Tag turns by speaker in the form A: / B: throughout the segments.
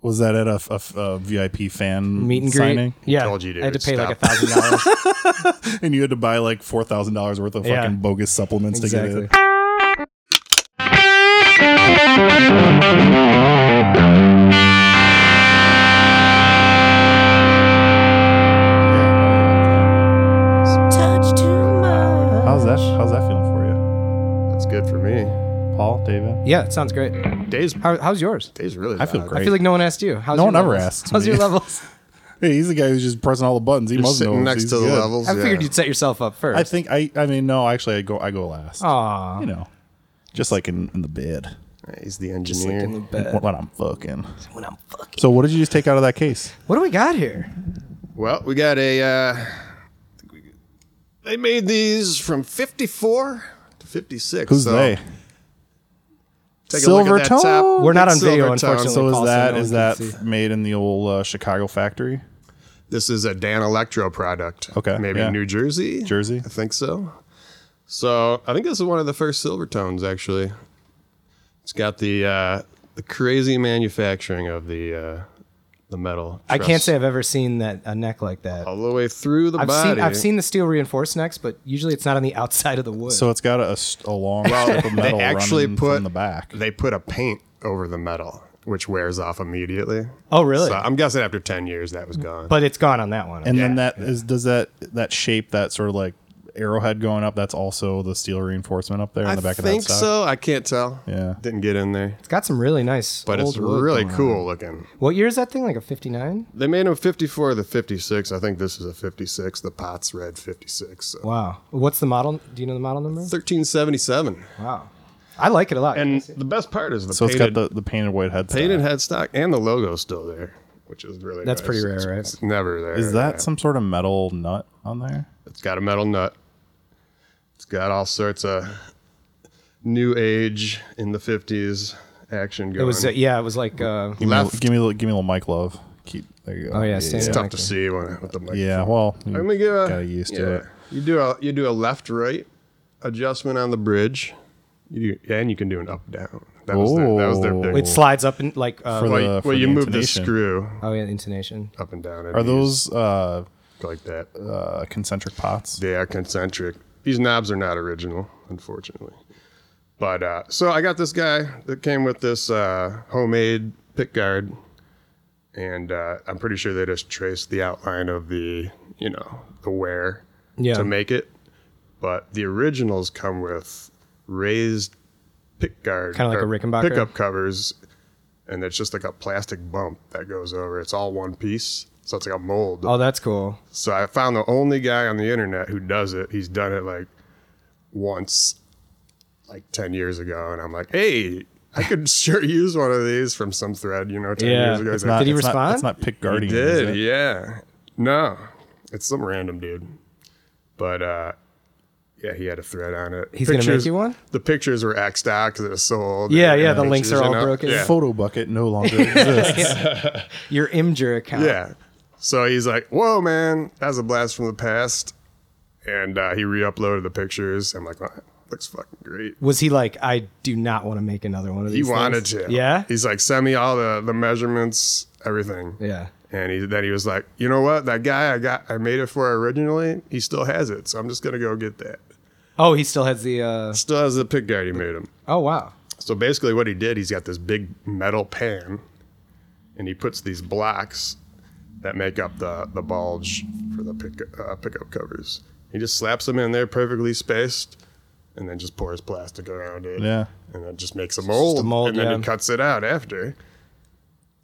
A: was that at a, a- a VIP fan
B: Meet and greet.
A: signing?
B: Yeah,
C: Told you,
B: I had to pay
C: dude,
B: like a
C: stop.
B: thousand dollars.
A: And you had to buy like four thousand dollars worth of fucking
B: Yeah.
A: bogus supplements to
B: Exactly.
A: get it.
D: touch too much.
A: How's that? How's that feeling for
C: That's good for me.
A: you, Paul? David?
B: Yeah, it sounds great.
C: Days,
B: How, how's yours?
C: days really.
A: I feel
C: bad.
A: great.
B: I feel like no one asked you. How's
A: No
B: your
A: one ever
B: levels?
A: asks
B: How's
A: me.
B: your levels?
A: Hey, he's the guy who's just pressing all the buttons. He
C: You're
A: must know.
C: sitting next
A: He's
C: to the
A: good.
C: levels.
B: I
C: yeah.
B: figured you'd set yourself up first.
A: I think I. I mean, no. Actually, I go. I go last.
B: Aw.
A: You know, just like in, in the bed
C: He's the engineer.
A: when I'm fucking. When I'm fucking. So what did you just take out of that case?
B: What do we got here?
C: well, we got a. Uh, they made these from 54 to 56.
A: Who's
C: so
A: they?
C: Take a look at that
A: Silvertone?
C: top.
B: We're not
C: It's
B: on video,
C: Silvertone.
B: unfortunately.
C: So
A: So
B: Paul,
A: is
B: so
A: that
B: no
A: is
B: one can
A: that
B: see.
A: made in the old uh, Chicago factory?
C: This is a Dan Electro product.
A: Okay,
C: Maybe
A: yeah.
C: New Jersey.
A: Jersey?
C: I think so. So I think this is one of the first silver tones, actually. It's got the uh, the crazy manufacturing of the uh, the metal.
B: I
C: truss
B: can't say I've ever seen that a neck like that.
C: all the way through the
B: I've
C: body.
B: seen I've seen the steel reinforced necks, but usually it's not on the outside of the wood.
A: So it's got a, a s- a long strip of metal
C: they actually
A: running
C: put
A: from the back.
C: They put a paint over the metal, which wears off immediately.
B: oh really?
C: So I'm guessing after ten years that was gone.
B: but it's gone on that one.
A: And then that is does that that shape that sort of like arrowhead going up? That's also the steel reinforcement up there
C: I
A: in the back of that
C: think
A: stock?
C: so. I can't tell.
A: Yeah.
C: didn't get in there.
B: it's got some really nice.
C: But
B: old
C: it's
B: wood
C: really
B: going on.
C: cool looking.
B: What year is that thing? Like a '59?
C: They made them 54 the 56. I think this is a 56. The pot's red 56. So.
B: Wow. What's the model? Do you know the model number?
C: 1377.
B: Wow. I like it a lot.
C: And the best part is the
A: So it's
C: painted,
A: got the, the painted white headstock.
C: painted headstock and the logo still there, which is really
B: That's
C: nice.
B: pretty rare,
C: It's-
B: right?
C: It's never there.
A: Is that
C: yeah.
A: some sort of metal nut on there?
C: It's got a metal nut. It's got all sorts of new age in the 50s action going.
B: it was uh, yeah. It was like uh,
A: Give me, a-
C: Left.
A: give me, a little- give me a little mic love. Keep there you go.
B: oh yeah,
C: it's
B: Stanley
C: tough
B: Michael.
C: to see when with the mic.
A: Yeah. Well,
C: I'm gonna give a
A: got used
C: yeah.
A: to it.
C: You do a you do a left right adjustment on the bridge. You do, and you can do an up down. That was their, that was their
A: Oh.
C: big.
B: It slides up and like uh,
A: For
C: well,
A: the-
C: you- well, you
A: the
C: move the
A: intonation.
C: screw
B: oh yeah, intonation.
C: up and down. and
A: Are
C: you
A: those uh,
C: just go like that?
A: uh, concentric pots?
C: They are concentric. These knobs are not original, unfortunately. But uh, so I got this guy that came with this uh, homemade pick guard, and uh, I'm pretty sure they just traced the outline of the you know the wear
B: Yeah.
C: to make it. But the originals come with raised pick guard,
B: Kinda like
C: or
B: a Rickenbacker?
C: pickup covers, and it's just like a plastic bump that goes over. It's all one piece, so it's like a mold.
B: Oh, that's cool.
C: So I found the only guy on the internet who does it. He's done it like once, like 10 years ago. And I'm like, hey, I could sure use one of these from some thread, you know, 10
B: Yeah,
C: years ago.
B: it's
C: He's like,
B: Did he
A: it's
B: respond?
A: It's not pick
C: "You
A: guardian. is
C: did,
A: it?
C: yeah. No, it's some random dude. But uh, yeah, he had a thread on it.
B: He's gonna make you one?
C: The pictures were X'd out because it was sold.
B: Yeah,
C: and-
B: yeah,
C: and
B: the links
C: pictures,
B: are
C: you
B: all
C: know?
B: broken.
C: Yeah.
A: Photo bucket no longer exists.
B: Your Imgur account.
C: Yeah. So he's like, "Whoa, man, that's a blast from the past," and uh, he re-uploaded the pictures. I'm like, "Wow, "Looks fucking great."
B: Was he like, I do not want to make another one of
C: He
B: these?
C: wanted
B: things?
C: to.
B: Yeah.
C: He's like, "Send me all the the measurements, everything."
B: Yeah.
C: And he, then he was like, "You know what? That guy I got, I made it for originally. He still has it, so I'm just gonna go get that.
B: Oh, he still has the. uh
C: Still has the pick guard he made him.
B: Oh wow.
C: So basically, what he did, he's got this big metal pan, and he puts these blocks that make up the the bulge for the pick, uh, pickup covers. He just slaps them in there, perfectly spaced, and then just pours plastic around it.
A: Yeah.
C: and then just makes a mold,
B: mold,
C: and then
B: yeah.
C: he cuts it out after.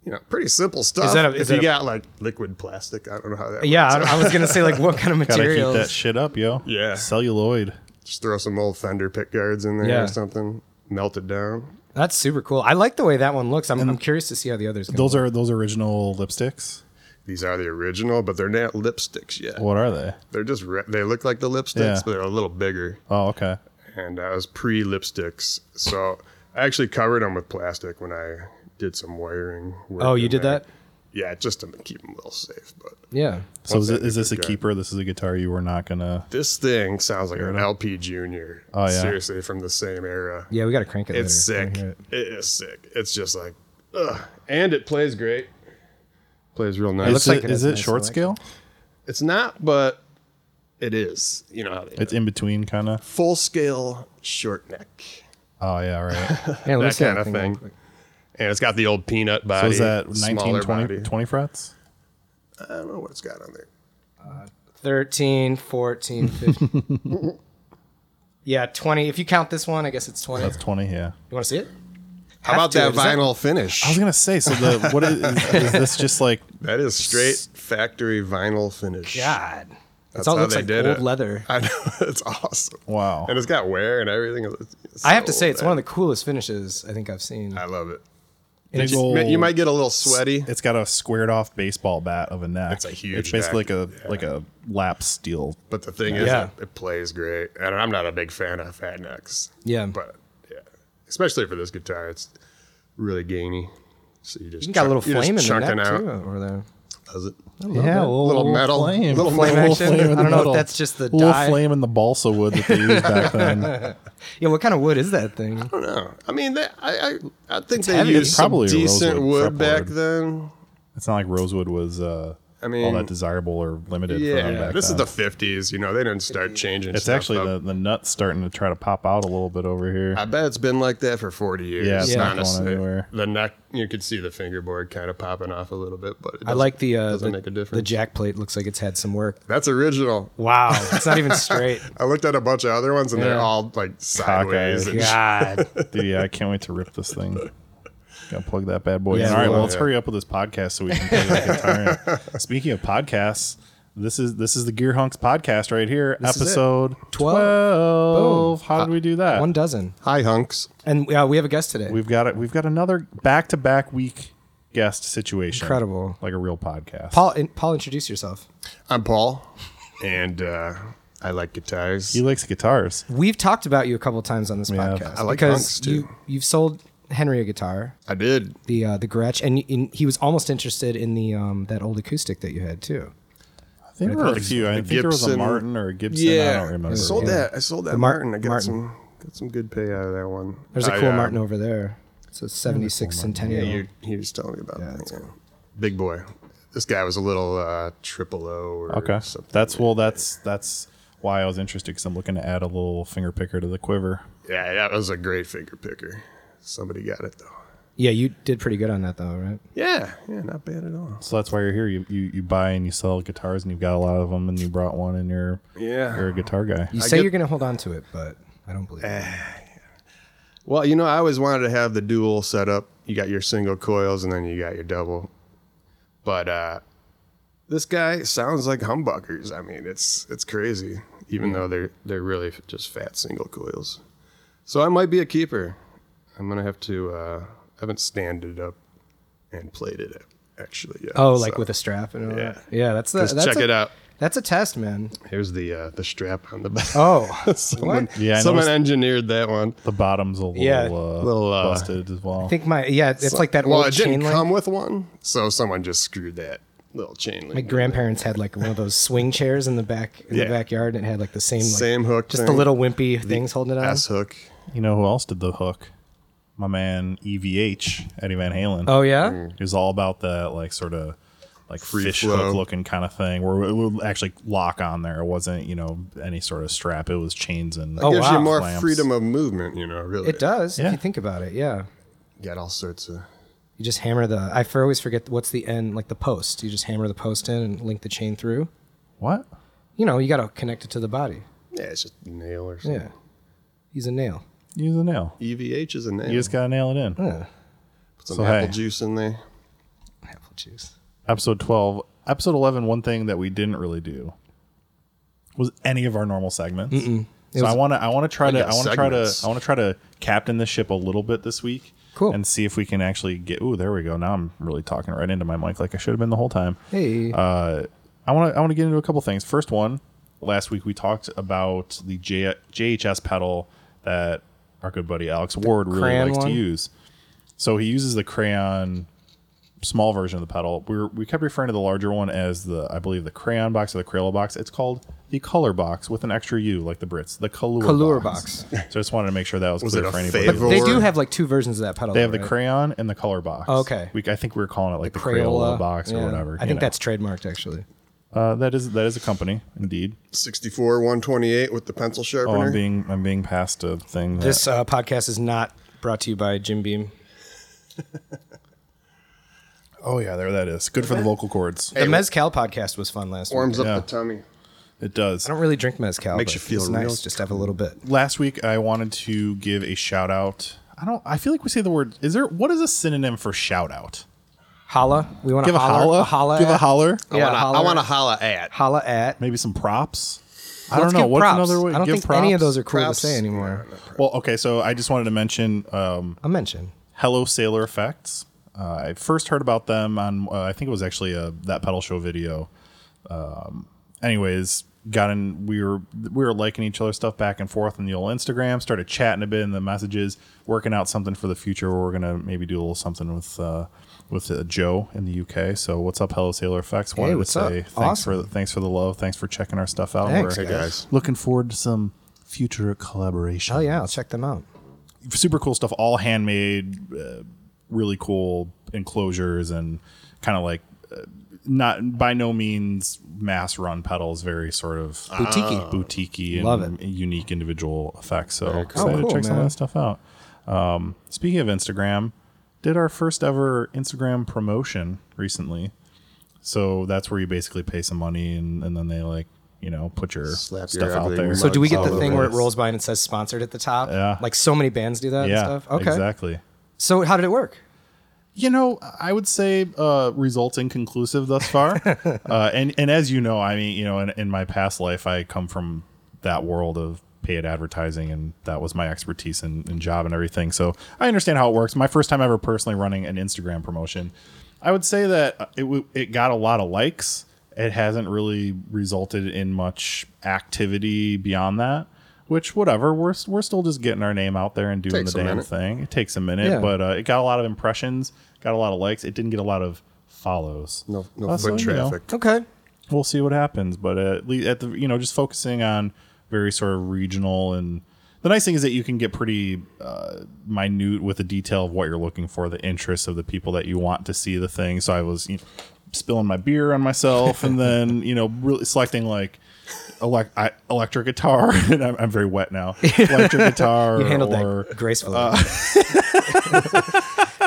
C: You know, pretty simple stuff.
B: that a-
C: if
B: is
C: you
B: that a-
C: got like liquid plastic, I don't know how that.
B: Yeah,
C: works.
B: I, I was gonna say like, what kind of
A: Gotta keep
B: materials?
A: that shit up, yo.
C: Yeah.
A: Celluloid.
C: just throw some old fender pick guards in there
B: Yeah.
C: or something, melt it down.
B: That's super cool. I like the way that one looks. I'm, I'm curious to see how the others. Gonna
A: Those are those original lipsticks.
C: These are the original, but they're not lipsticks yet.
A: What are they?
C: They're just re- they look like the lipsticks,
A: Yeah.
C: but they're a little bigger.
A: Oh, okay.
C: And that was pre lipsticks, so I actually covered them with plastic when I did some wiring. work
B: Oh, you
C: in
B: did
C: there.
B: that?
C: Yeah, just to keep them a little safe. But
B: Yeah.
A: So is,
C: that
A: it, is this a
C: guitar?
A: keeper? This is a guitar you were not gonna.
C: this thing sounds like an LP Junior.
A: Oh, yeah.
C: seriously, from the same era.
B: Yeah, we gotta crank it.
C: It's
B: later. I
C: sick.
B: wanna hear
C: It is sick. It's just like and it plays great. Plays real nice.
A: Is
B: looks
A: it,
B: like
A: is
B: it has a
A: it
B: nice
A: short
B: selection.
A: scale?
C: It's not, but it is. You know how they
A: It's in between, kind of.
C: full scale short neck,
A: Oh yeah, right.
B: Yeah, let me
C: that
B: see
C: kind of
B: real
C: thing.
B: quick.
C: And it's got the old peanut body.
A: so is that
C: smaller
A: 19, 20,
C: body.
A: 20 frets?
C: I don't know what it's got on there.
B: 13, 14, 15. yeah, 20. If you count this one, I guess it's 20.
A: That's twenty. Yeah.
B: you want to see it?
C: How about that vinyl
A: I
C: finish?
A: was gonna say. So the what is, is this just like?
C: That is straight factory vinyl finish.
B: God. That's,
C: That's
B: all
C: how
B: looks
C: they
B: like
C: did
B: old
C: it.
B: leather.
C: I know it's awesome.
A: Wow.
C: And it's got wear and everything. It's- it's
B: I have to
C: so
B: say, it's
C: bad. Uh,
B: one of the coolest finishes I think I've seen.
C: I love it.
A: Big
B: it's-
A: ol'
C: Man, You might get a little sweaty.
A: Oh. It's got a squared off baseball bat of a neck.
C: It's a huge
A: It's basically
C: neck.
A: like a like a lap steel.
C: But the thing is,
B: Yeah.
C: it, it plays great, and I'm not a big fan of fat necks.
B: Yeah.
C: but yeah, especially for this guitar, it's really gainy. So you just
B: you got a little
C: you're just
B: flame in the
C: chunking
B: neck,
C: out.
B: too, over there.
C: Does it?
A: Yeah,
B: bit.
C: Little metal- little
B: Flame
A: little
B: action?
A: flame in the
B: I don't know if
A: metal.
B: that's just the
A: little
B: dye.
A: flame in the balsa wood that they used back then.
B: Yeah, what kind of wood is that thing?
C: I don't know. I mean, they, I, I I think they
B: heavy.
C: used some
A: Probably
C: decent
A: rosewood,
C: wood back
A: fretboard.
C: then.
A: It's not like rosewood was uh,
C: I
A: all
C: mean,
A: that desirable or limited. for them
C: Yeah,
A: back
C: this is
A: then.
C: the 50s. You know, they didn't start changing.
A: It's
C: stuff
A: actually
C: up.
A: the, the nuts starting to try to pop out a little bit over here.
C: I bet it's been like that for 40 years.
A: Yeah, it's not going
C: honestly.
A: anywhere.
C: The neck, you could see the fingerboard kind of popping off a little bit, but it
B: I like the uh,
C: doesn't
B: the,
C: make a
B: the
C: difference.
B: jack plate. Looks like it's had some work.
C: That's original.
B: Wow, it's not even straight.
C: I looked at a bunch of other ones and they're
B: Yeah.
C: all like sideways. And
B: God,
A: Dude, yeah, I can't wait to rip this thing. Gotta plug that bad boy.
B: Yeah,
A: in. All right,
B: we
A: well,
B: will.
A: let's hurry up with this podcast so we can play that guitar. in. Speaking of podcasts, this is this is the Gear Hunks podcast right here,
B: is it.
A: episode
B: Twelve.
A: twelve. How did we do that?
B: one dozen.
C: Hi, hunks.
B: And uh, we have a guest today.
A: We've got it. We've got another back to back week guest situation.
B: Incredible.
A: like a real podcast.
B: Paul, in, Paul, introduce yourself.
C: I'm Paul, and uh, I like guitars.
A: he likes guitars.
B: We've talked about you a couple times on this podcast
C: I like
B: because
C: punks, too.
B: you you've sold Henry a guitar,
C: I did.
B: the uh, the Gretsch, and, and he was almost interested in the um, that old acoustic that you had too.
A: I think there were a few. I think there was a
C: Gibson-
A: Martin or a Gibson. I don't remember.
C: I sold
A: Yeah.
C: that. I sold that
B: Mar-
C: Martin. I got
B: Martin.
C: some got some good pay out of that one.
B: There's a
C: I,
B: cool
C: uh,
B: Martin over there. It's a '76
C: Yeah,
B: Centennial.
C: you he was telling me about
B: Yeah,
C: that.
B: that's
C: yeah. Big boy. This guy was a little uh, triple O or
A: Okay,
C: something.
A: that's well. That's that's why I was interested because I'm looking to add a little finger picker to the quiver.
C: Yeah, that was a great finger picker. Somebody got it though.
B: yeah, you did pretty good on that though, right?
C: Yeah, yeah, not bad at all.
A: So that's why you're here. You you, you buy and you sell guitars, and you've got a lot of them, and you brought one, and you're
C: Yeah.
A: you're a guitar guy.
B: You say
C: get- Eh,
B: you're going to hold on to it, but I don't believe it.
C: Well, you know, I always wanted to have the dual setup. You got your single coils and then you got your double. But uh this guy sounds like humbuckers. I mean, it's it's crazy, even though they're they're really just fat single coils. So I might be a keeper. I'm gonna have to. Uh, I haven't standed up and played it actually yet.
B: Oh, like
C: so
B: with a strap and all
C: Yeah.
B: that. Yeah, that's the
C: Just
B: that's
C: check
B: a,
C: it out.
B: That's a test, man.
C: Here's the uh, the strap on the back.
B: Oh,
C: someone,
B: what?
A: Yeah, I
C: someone
A: noticed-
C: engineered that one.
A: The bottom's a little
B: Yeah.
A: uh,
C: Little, uh,
A: busted as well.
B: I think my yeah, it's like that
C: Well,
B: old
C: it didn't
B: chain link.
C: come with one, so someone just screwed that little chain link.
B: My grandparents had like one of those swing chairs in the back in
C: Yeah.
B: the backyard, and it had like the same like,
C: Same hook
B: just the
C: thing.
B: little uh, wimpy things holding it on.
C: S hook.
A: you know who else did the hook? My man EVH Eddie Van Halen.
B: Oh yeah,
C: Mm,
A: It was all about that like sort of like
C: Free
A: fish
C: flow.
A: hook looking kind of thing where it would actually lock on there. It wasn't you know any sort of strap. It was chains and
B: Oh,
C: Gives you
B: wow.
C: more
A: Clamps.
C: freedom of movement, you know, really.
B: it does.
A: Yeah.
B: If you think about it, yeah.
C: Got all sorts of.
B: You just hammer the. I for always forget what's the end, like the post. You just hammer the post in and link the chain through.
A: what?
B: You know, you got to connect it to the body.
C: Yeah, it's just a nail or something.
B: Yeah, he's a nail.
A: Use a nail.
C: EVH is a nail.
A: You just gotta nail it in.
B: Yeah.
C: Put some
A: so,
C: apple
A: hey.
C: juice in there.
B: Apple juice.
A: episode 12 episode 11 one thing that we didn't really do was any of our normal segments
B: It
A: so i
B: was-
A: want to i want to try to
C: got
A: i want to try to
C: segments.
A: i want to try to captain the ship a little bit this week
B: Cool.
A: and see if we can actually get ooh there we go now i'm really talking right into my mic like i should have been the whole time
B: Hey.
A: uh, I want to I want to get into a couple things. First one, last week we talked about the J- JHS pedal that our good buddy Alex Ward really
B: crayon
A: likes
B: one?
A: to use. So he uses the crayon small version of the pedal. We were, we kept referring to the larger one as the I believe the crayon box or the Crayola box. It's called the color box with an extra U, like the Brits. The Color,
B: Color
A: So I just wanted to make sure that was,
C: Was
A: clear
C: it a
A: for anybody.
C: fave?
A: They,
B: They
C: Or-
B: do have like two versions of that pedal.
A: have
B: though,
A: the
B: right?
A: crayon and the color box.
B: Okay.
A: We, I think we were calling it like the, Crayola, box or
B: yeah.
A: whatever.
B: I
A: you
B: think
A: know.
B: that's trademarked actually.
A: uh, that is that is a company indeed.
C: 64 128 with the pencil
A: Oh,
C: sharpener.
A: I'm being I'm being passed a thing. That,
B: This uh, podcast is not brought to you by Jim Beam.
A: oh yeah, there that is. Good for the vocal cords.
B: The Mezcal podcast was fun last week.
C: Warms up
A: Yeah.
C: the tummy.
A: It does.
B: I don't really drink Mezcal.
C: Makes
B: but
C: you feel
B: it's
C: real
B: nice just to have a little bit.
A: last week I wanted to give a shout out. I don't. I feel like we say the word. Is there what is a synonym for shout out?
B: Holla. We want
A: Give a
B: to
A: holla.
B: holla. holla
A: Give
B: at- Oh.
A: a holler.
B: Yeah, holler-
C: holla at.
B: holla at.
A: Maybe some props. I
B: Let's
A: don't know.
B: give
A: What's
B: props.
A: another way?
B: I don't
A: give
B: think any of
A: props?
B: those are cool
C: Props.
B: to say anymore.
A: Well, okay. So I just wanted to mention um,
B: I'll mention.
A: Hello Sailor Effects. Uh, I first heard about them on. Uh, I think it was actually a that pedal show video. Um, anyways, got in. We were we were liking each other's stuff back and forth on the old Instagram. Started chatting a bit in the messages, working out something for the future. Where we're gonna maybe do a little something with uh, with uh, Joe in the UK. So what's up, Hello Sailor Effects? Wanted
B: what's
A: to
B: up?
A: say thanks
B: Awesome.
A: for the, thanks for the love. Thanks for checking our stuff out.
B: Thanks,
A: we're
C: Hey, guys.
A: looking forward to some future collaboration
B: Oh yeah, I'll check them out.
A: super cool stuff, all handmade, uh, really cool enclosures, and kind of like uh, not by no means mass run pedals, very sort of
C: Ah.
A: Uh,
B: Boutique-y.
A: boutique-y and
B: Love
A: unique individual effects. So
B: cool.
A: excited
B: Oh, cool,
A: to check some of
B: man.
A: that stuff out. Um, speaking of Instagram, did our first ever Instagram promotion recently. So that's where you basically pay some money and, and then they like, you know, put your
C: Slap your
A: stuff out
C: ugly
A: there.
C: mug.
B: So do we get
C: All
B: the
C: over
B: thing where it
C: this.
B: rolls by and it says sponsored at the top?
A: Oh, Yeah.
B: Like so many bands do that
A: yeah,
B: and stuff. Okay.
A: exactly.
B: So how did it work?
A: you know, I would say uh, results inconclusive thus far. uh, and and as you know, I mean, you know, in, in my past life, I come from that world of paid advertising, and that was my expertise and, and job and everything. So I understand how it works. My first time ever personally running an Instagram promotion, I would say that it w- it got a lot of likes. It hasn't really resulted in much activity beyond that. Which, whatever, we're we're still just getting our name out there and doing
C: Takes
A: the
C: a
A: damn
C: minute.
A: thing. It takes a minute,
B: Yeah.
A: but uh, it got a lot of impressions, got a lot of likes. It didn't get a lot of follows.
C: No, no
A: Uh, so,
C: foot
A: you know,
C: traffic.
B: Okay.
A: we'll see what happens, but uh, at least at the you know just focusing on very sort of regional and the nice thing is that you can get pretty uh, minute with the detail of what you're looking for, the interests of the people that you want to see the thing. So I was you know, spilling my beer on myself, and then you know really selecting like. Elect- I, electric guitar, and I'm, I'm very wet now. Electric guitar,
B: You handled
A: or uh,
B: that gracefully.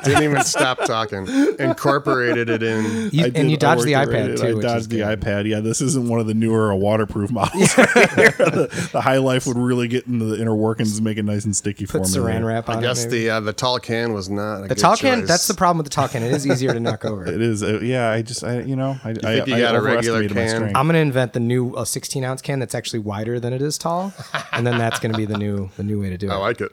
C: Didn't even stop talking. Incorporated it in.
B: You-
A: I
B: and
A: did-
B: you dodged
A: I
B: the
A: worked it
B: iPad
A: right.
B: too.
A: I
B: which is
A: dodged the
B: good.
A: iPad. Yeah, this isn't one of the newer or waterproof models. right here. the, the high life would really get into the inner workings, make it nice and sticky
B: Put
A: for me.
B: saran
A: there.
B: wrap on
C: I guess
B: it. maybe.
C: the uh, the tall can was not a
B: the tall can. That's the problem with the tall can. It is easier to knock over.
A: It is. Uh, yeah, I just, I, you know, I, I,
C: think you
A: I
C: got a regular
A: overestimated my
C: can?
A: strength.
B: I'm gonna invent the new uh, 16 ounce can that's actually wider than it is tall, and then that's gonna be the new the new way to do it.
C: Oh, I like it.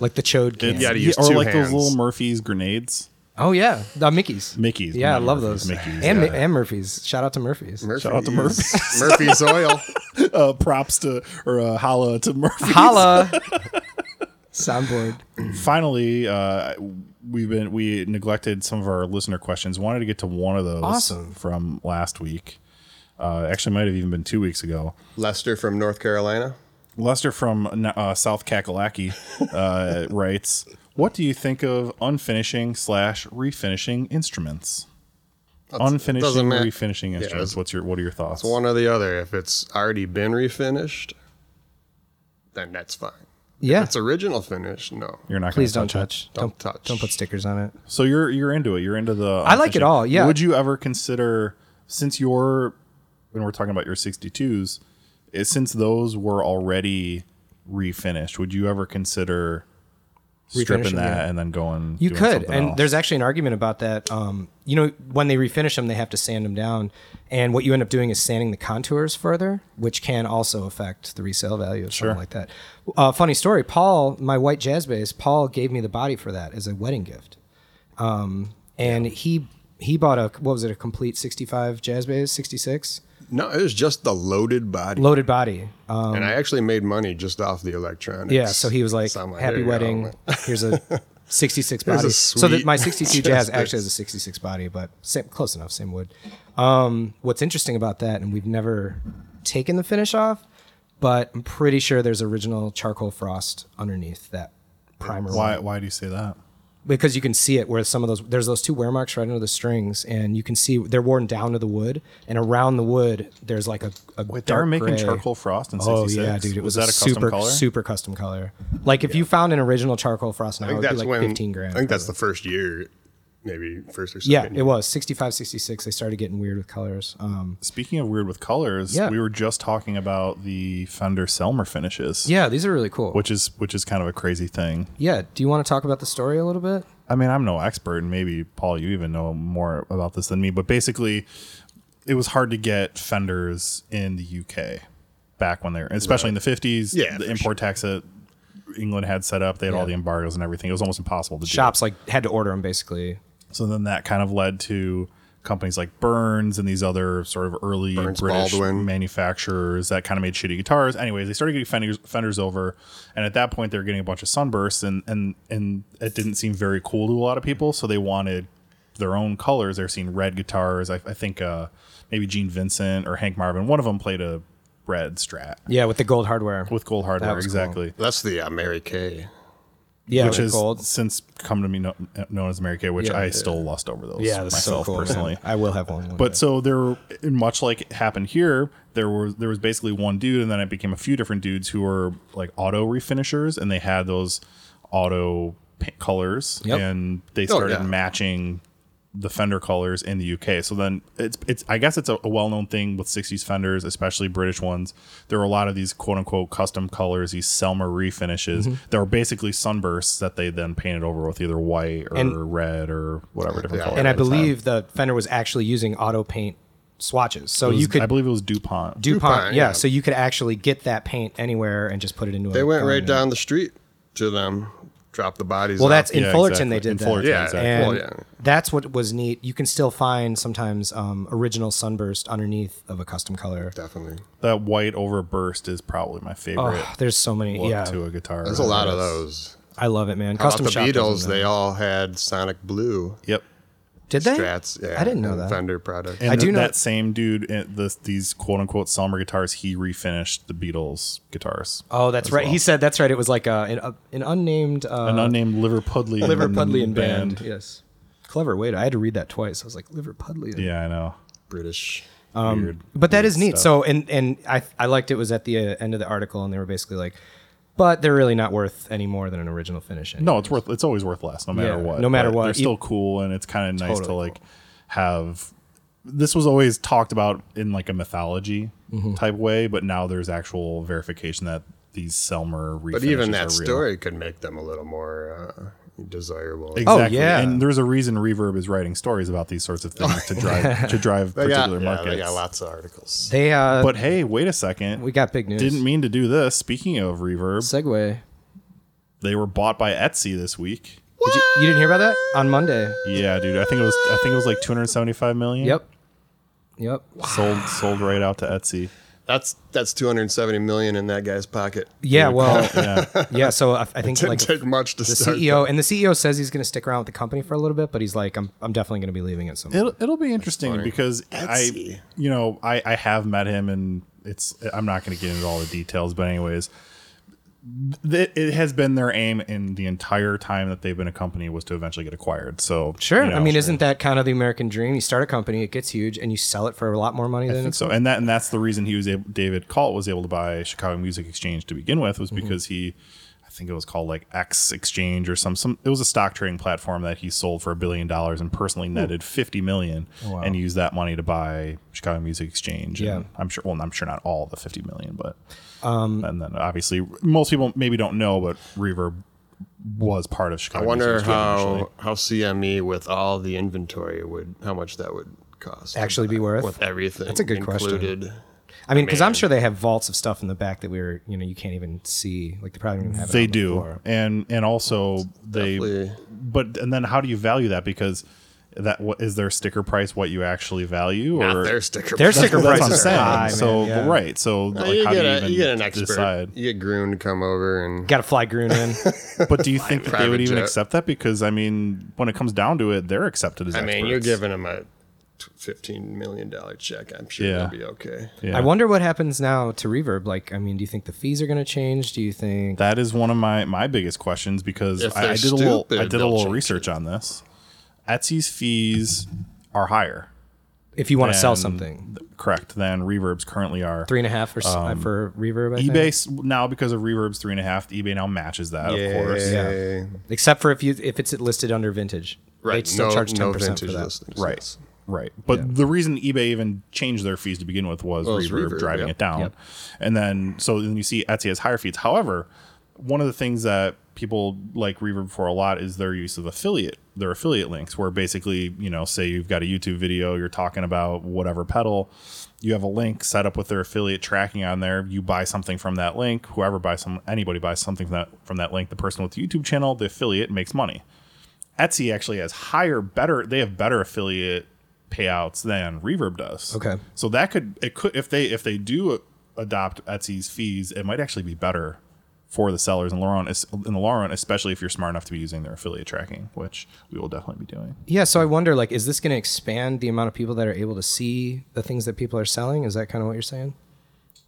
B: like the chode can.
C: Yeah, gotta
A: Yeah,
C: use
A: or
C: two
A: like
C: hands.
A: those little Murphy's grenades,
B: Oh yeah, the Mickey's.
A: Mickey's.
B: Yeah, I
A: not
B: love
A: Murphy's,
B: those.
A: Mickey's.
B: and
A: yeah.
B: Mi- and Murphy's. Shout out to Murphy's.
A: Shout out to Murphy's.
C: Murphy's oil.
A: uh, props to or uh, holla to Murphy.
B: Holla. Soundboard.
A: Finally, uh, we've been we neglected some of our listener questions. Wanted to get to one of those
B: Awesome.
A: from last week. Uh, actually, might have even been two weeks ago.
C: Lester from North Carolina.
A: Lester from uh, South Kakalaki uh, writes, "What do you think of unfinishing slash refinishing instruments? unfinishing,
C: doesn't matter.
A: refinishing instruments.
C: it's-
A: What's your what are your thoughts?
C: One or the other. If it's already been refinished, then that's fine.
B: Yeah.
C: If it's original finish, no.
A: You're not. gonna
B: Please don't
A: touch it.
B: touch.
C: Don't touch.
B: Don't put stickers on it.
A: So you're you're into it. You're into the.
B: I like it all, yeah.
A: Would you ever consider since your when we're talking about your 62s, eh, since those were already refinished, would you ever consider stripping
B: Refinishing,
A: that
B: yeah.
A: and then going?
B: You
A: doing
B: could,
A: something
B: and
A: else?
B: there's actually an argument about that. Um, you know, when they refinish them, they have to sand them down, and what you end up doing is sanding the contours further, which can also affect the resale value of something like that. Uh, funny story: Paul, my white jazz bass, Paul gave me the body for that as a wedding gift, um, and he he bought a what was it a complete 65 jazz bass 66
C: No, it was just the loaded body.
B: loaded body um,
C: and I actually made money just off the electronics.
B: yeah so he was like
C: So I'm
B: happy
C: "There you go."
B: wedding here's a 66
C: There's
B: body.
C: a
B: So that
C: sweet
B: my 60C Jazz
C: justice.
B: actually has a 66 body, but same, close enough, same wood. Um, what's interesting about that, and we've never taken the finish off, but I'm pretty sure there's original charcoal frost underneath that primer.
A: Why? Why do you say that?
B: because you can see it where some of those there's those two wear marks right under the strings and you can see they're worn down to the wood and around the wood there's like a, a
A: Wait, they
B: dark
A: were making
B: gray.
A: charcoal frost in
B: oh
A: '66.
B: yeah dude it was,
A: that
B: a
A: a custom
B: super
A: color?
B: super custom color like if you found an original charcoal frost now
C: I think
B: it would be
C: that's
B: like
C: when
B: 15 grand
C: I think that's the first year, maybe first or
B: yeah
C: second.
B: it was 65 66 they started getting weird with colors um
A: Speaking of weird with colors,
B: Yeah.
A: we were just talking about the Fender Selmer finishes.
B: yeah these are really cool
A: Which is which is kind of a crazy thing.
B: yeah do you want to talk about the story a little bit
A: I mean, I'm no expert, and maybe Paul, you even know more about this than me. But basically, it was hard to get Fenders in the UK back when they were, especially in the 50s.
C: Yeah,
A: the
C: for
A: import tax that England had set up, they had all
B: Yeah.
A: the embargoes and everything. It was almost impossible to do.
B: shops like had to order them basically
A: So then that kind of led to companies like Burns and these other sort of early
C: Burns
A: British
C: Baldwin.
A: manufacturers that kind of made shitty guitars. Anyways, they started getting Fenders, Fenders over, and at that point they were getting a bunch of sunbursts, and and and it didn't seem very cool to a lot of people. So they wanted their own colors. They're seeing red guitars. I, I think uh, maybe Gene Vincent or Hank Marvin, one of them played a red Strat
B: yeah with the gold hardware
A: with gold hardware,
B: was cool.
A: exactly.
C: That's the uh, Mary Kay.
B: yeah
A: Which
B: with
A: has
B: gold
A: since come to be kno- known as Mary Kay, which
B: Yeah.
A: I still lust over those
B: yeah that's
A: myself
B: so cool man.
A: personally.
B: i will have one one
A: But so there, much like it happened here, there was there was basically one dude, and then it became a few different dudes who were like auto refinishers, and they had those auto pa- colors,
B: Yep. Oh,
A: and they started
C: yeah.
A: matching the fender colors in the UK. So then it's it's I guess it's a, a well known thing with '60s fenders, especially British ones. There were a lot of these quote unquote custom colors, these Selmer refinishes.
B: Mm-hmm.
A: That were basically sunbursts that they then painted over with either white or
B: And-
A: red or whatever different
C: Yeah.
A: color.
B: and I
A: at the time.
B: believe the Fender was actually using auto paint swatches, so
A: It was-
B: you could
A: I believe it was Dupont.
B: DuPont,
C: DuPont,
B: yeah,
C: yeah.
B: So you could actually get that paint anywhere and just put it into.
C: They
B: a
C: went
B: gun
C: right
B: and-
C: down the street to them, dropped the bodies.
B: Well,
C: off.
B: that's in
A: Yeah,
B: Fullerton.
A: exactly.
B: They did
A: In
B: that.
A: Fullerton,
C: Yeah, exactly.
B: and
C: Well, yeah.
B: that's what was neat. You can still find sometimes um, original sunburst underneath of a custom color.
C: definitely.
A: that white over burst is probably my favorite
B: Oh, there's so many.
A: look
B: Yeah,
A: to a guitar.
C: There's a lot of those.
B: I love it, man.
C: How
B: Custom
C: about the
B: shop does
C: Beatles,
B: them.
C: they all had Sonic Blue
A: Yep.
B: did they.
C: strats. Yeah,
B: I didn't know
C: and
B: that.
C: Fender product.
A: And
B: I do
A: th-
B: know-
A: that same dude, uh, the, these quote unquote Selmer guitars, he refinished the Beatles guitars.
B: Oh, that's right. He said that's right. It was like a, an, a, an unnamed uh,
A: An unnamed Liverpudlian,
B: Liverpudlian band. Yes, clever. Wait, I had to read that twice. I was like Liverpudlian.
A: Yeah, I know.
C: British.
A: Weird.
B: But that
A: weird
B: is neat.
A: stuff.
B: So and and I I liked it was at the uh, end of the article and they were basically like, but they're really not worth any more than an original finish. anyway."
A: No, it's worth. It's always worth less, no matter
B: Yeah,
A: what.
B: no matter
A: But
B: what.
A: they're
B: E-
A: still cool, and it's kind of nice to
B: Totally
A: like have. This was always talked about in like a mythology
B: Mm-hmm.
A: type way, but now there's actual verification that these Selmer.
C: But even
A: refinishes
C: that
A: are real.
C: story could make them a little more uh, desirable.
A: Exactly.
B: Oh, yeah.
A: And there's a reason Reverb is writing stories about these sorts of things to drive to drive
C: Oh, They got,
A: particular
C: yeah, they
A: markets.
C: got lots of articles.
B: they uh,
A: But hey, wait a second.
B: we got big news.
A: didn't mean to do this. Speaking of Reverb,
B: segue.
A: they were bought by Etsy this week.
B: Did you, you didn't hear about that on Monday?
A: Yeah, dude. I think it was I think it was like 275 million.
B: Yep. Yep.
A: Sold sold right out to Etsy.
C: That's that's 270 million in that guy's pocket.
B: Yeah. Well.
A: Yeah.
B: yeah. So I, I think
C: Didn't
B: like
C: take much to
B: the E
C: start.
B: CEO and the CEO says he's going to stick around with the company for a little bit, but he's like, I'm I'm definitely going to be leaving at some. point.
A: It'll, it'll be interesting because
C: Etsy.
A: I, you know, I, I have met him and it's, I'm not going to get into all the details, but anyways, th- it has been their aim in the entire time that they've been a company was to eventually get acquired. So,
B: Sure.
A: you know,
B: I mean, isn't that kind of the American dream? You start a company, it gets huge, and you sell it for a lot more money
A: I
B: than
A: think
B: it's
A: so. And that, and that's the reason he was able, David Colt was able to buy Chicago Music Exchange to begin with was because he, I think it was called like X Exchange or some, some, it was a stock trading platform that he sold for a billion dollars and personally netted 50 million and used that money to buy Chicago Music Exchange.
B: Yeah.
A: And I'm sure, well, I'm sure not all the 50 million, but, um, and then obviously most people maybe don't know, but Reverb was part of
C: I
A: Chicago Music
C: wonder
A: Exchange initially.
C: how how CME with all the inventory would how much that would cost. Uh,
B: actually be worth.
C: with everything.
B: That's a good question.
C: included. question.
B: I mean, because I'm
C: Man.
B: sure they have vaults of stuff in the back that we were, you know, you can't even see. Like they probably don't even have. It
A: they
B: on the
A: do
B: floor.
A: and and also they
C: Definitely.
A: but and then how do you value that because that what is their sticker price what you actually value or
C: their sticker.
B: Their
C: price.
B: sticker
A: that's what I'm
B: prices are
A: saying.
B: high, man,
A: so
B: yeah.
A: right, so
C: Uh,
A: like,
C: you,
A: how
C: get
A: do you
C: a,
A: even
C: you get an expert.
A: decide?
C: You get Groon to come over and
B: Got to fly Groon in.
A: But do you think that they
C: private
A: would even
C: jet.
A: accept that? Because I mean, when it comes down to it, they're accepted as
C: I mean, you're
A: experts.
C: giving him a t- fifteen million dollar check. I'm sure
A: Yeah.
C: they'll be okay.
A: Yeah.
B: I wonder what happens now to Reverb. Like, I mean, do you think the fees are going to change? Do you think
A: That is one of my my biggest questions because
C: If
A: I,
C: they're
A: I did a little
C: stupid,
A: I did a
C: they'll
A: little
C: change
A: research on this. Etsy's fees are higher.
B: if you want to sell
A: than-
B: something,
A: correct than Reverb's currently are.
B: three and a half or s- uh, for Reverb? I think?
A: eBay s- now because of Reverb's three and a half, eBay now matches that of course.
B: Yeah. except for if you if it's listed under vintage,
C: Right.
B: They'd still
C: no,
B: charge ten
C: no
B: percent
C: vintage
B: for that.
C: listings.
A: Right. Right. But the reason eBay even changed their fees to begin with was
C: Well, it's
A: reverb,
C: reverb,
A: driving
C: yeah.
A: Oh, it down.
B: Yep.
A: And then so then you see Etsy has higher fees. However, one of the things that people like Reverb for a lot is their use of affiliate, their affiliate links, where basically, you know, say you've got a YouTube video, you're talking about whatever pedal, you have a link set up with their affiliate tracking on there. You buy something from that link. Whoever buys some, anybody buys something from that from that link. The person with the YouTube channel, the affiliate makes money. Etsy actually has higher, better. They have better affiliate payouts than Reverb does.
B: Okay.
A: so that could it could if they if they do adopt Etsy's fees, it might actually be better for the sellers in the long run, es- in the long run, especially if you're smart enough to be using their affiliate tracking, which we will definitely be doing.
B: Yeah, so I wonder, like, is this going to expand the amount of people that are able to see the things that people are selling? Is that kind of what you're saying?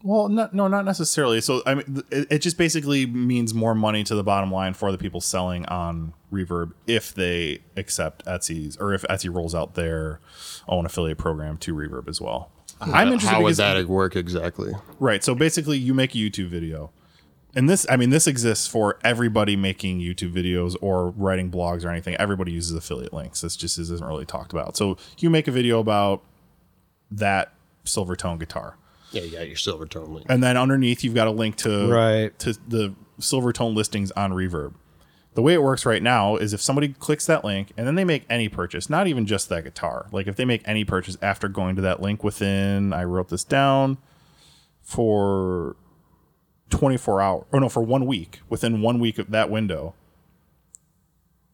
A: Well, no, no, not necessarily. So I mean, th- it, it just basically means more money to the bottom line for the people selling on Reverb if they accept Etsy's or if Etsy rolls out their own affiliate program to Reverb as well. I'm interested.
C: How would
A: because-
C: that work exactly?
A: Right. So basically, you make a YouTube video. And this, I mean, this exists for everybody making YouTube videos or writing blogs or anything. Everybody uses affiliate links. This just isn't really talked about. So you make a video about that silver tone guitar.
C: Yeah, you got your silver tone link.
A: And then underneath, you've got a link to,
B: Right.
A: to the silver tone listings on Reverb. The way it works right now is if somebody clicks that link and then they make any purchase, not even just that guitar, like if they make any purchase after going to that link within, I wrote this down for 24 hour or no for one week within one week of that window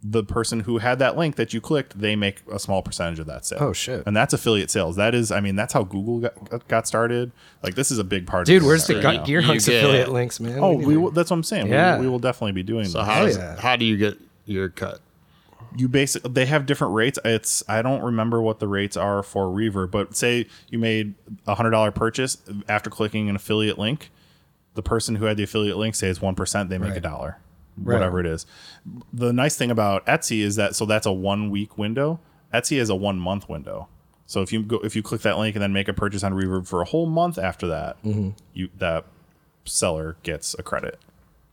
A: the person who had that link that you clicked they make a small percentage of that sale
B: Oh, shit.
A: and that's affiliate sales that is i mean that's how google got, got started like this is a big part
B: Dude,
A: of
B: where's the
A: internet
B: Gu-
A: right now.
B: Gear
C: You
B: Hunks
C: get-
B: affiliate links, man?
A: oh
B: need
A: we
B: to-
A: will, that's what i'm saying
B: Yeah.
A: we, we will definitely be doing
C: So
A: that.
C: how does
B: yeah.
C: how do you get your cut?
A: you basically they have different rates it's i don't remember what the rates are for reverb but say you made a hundred dollar purchase after clicking an affiliate link the person who had the affiliate link says one percent they make a
B: Right.
A: dollar whatever it is the nice thing about etsy is that so that's a one week window etsy is a one month window so if you go if you click that link and then make a purchase on reverb for a whole month after that
B: Mm-hmm.
A: you that seller gets a credit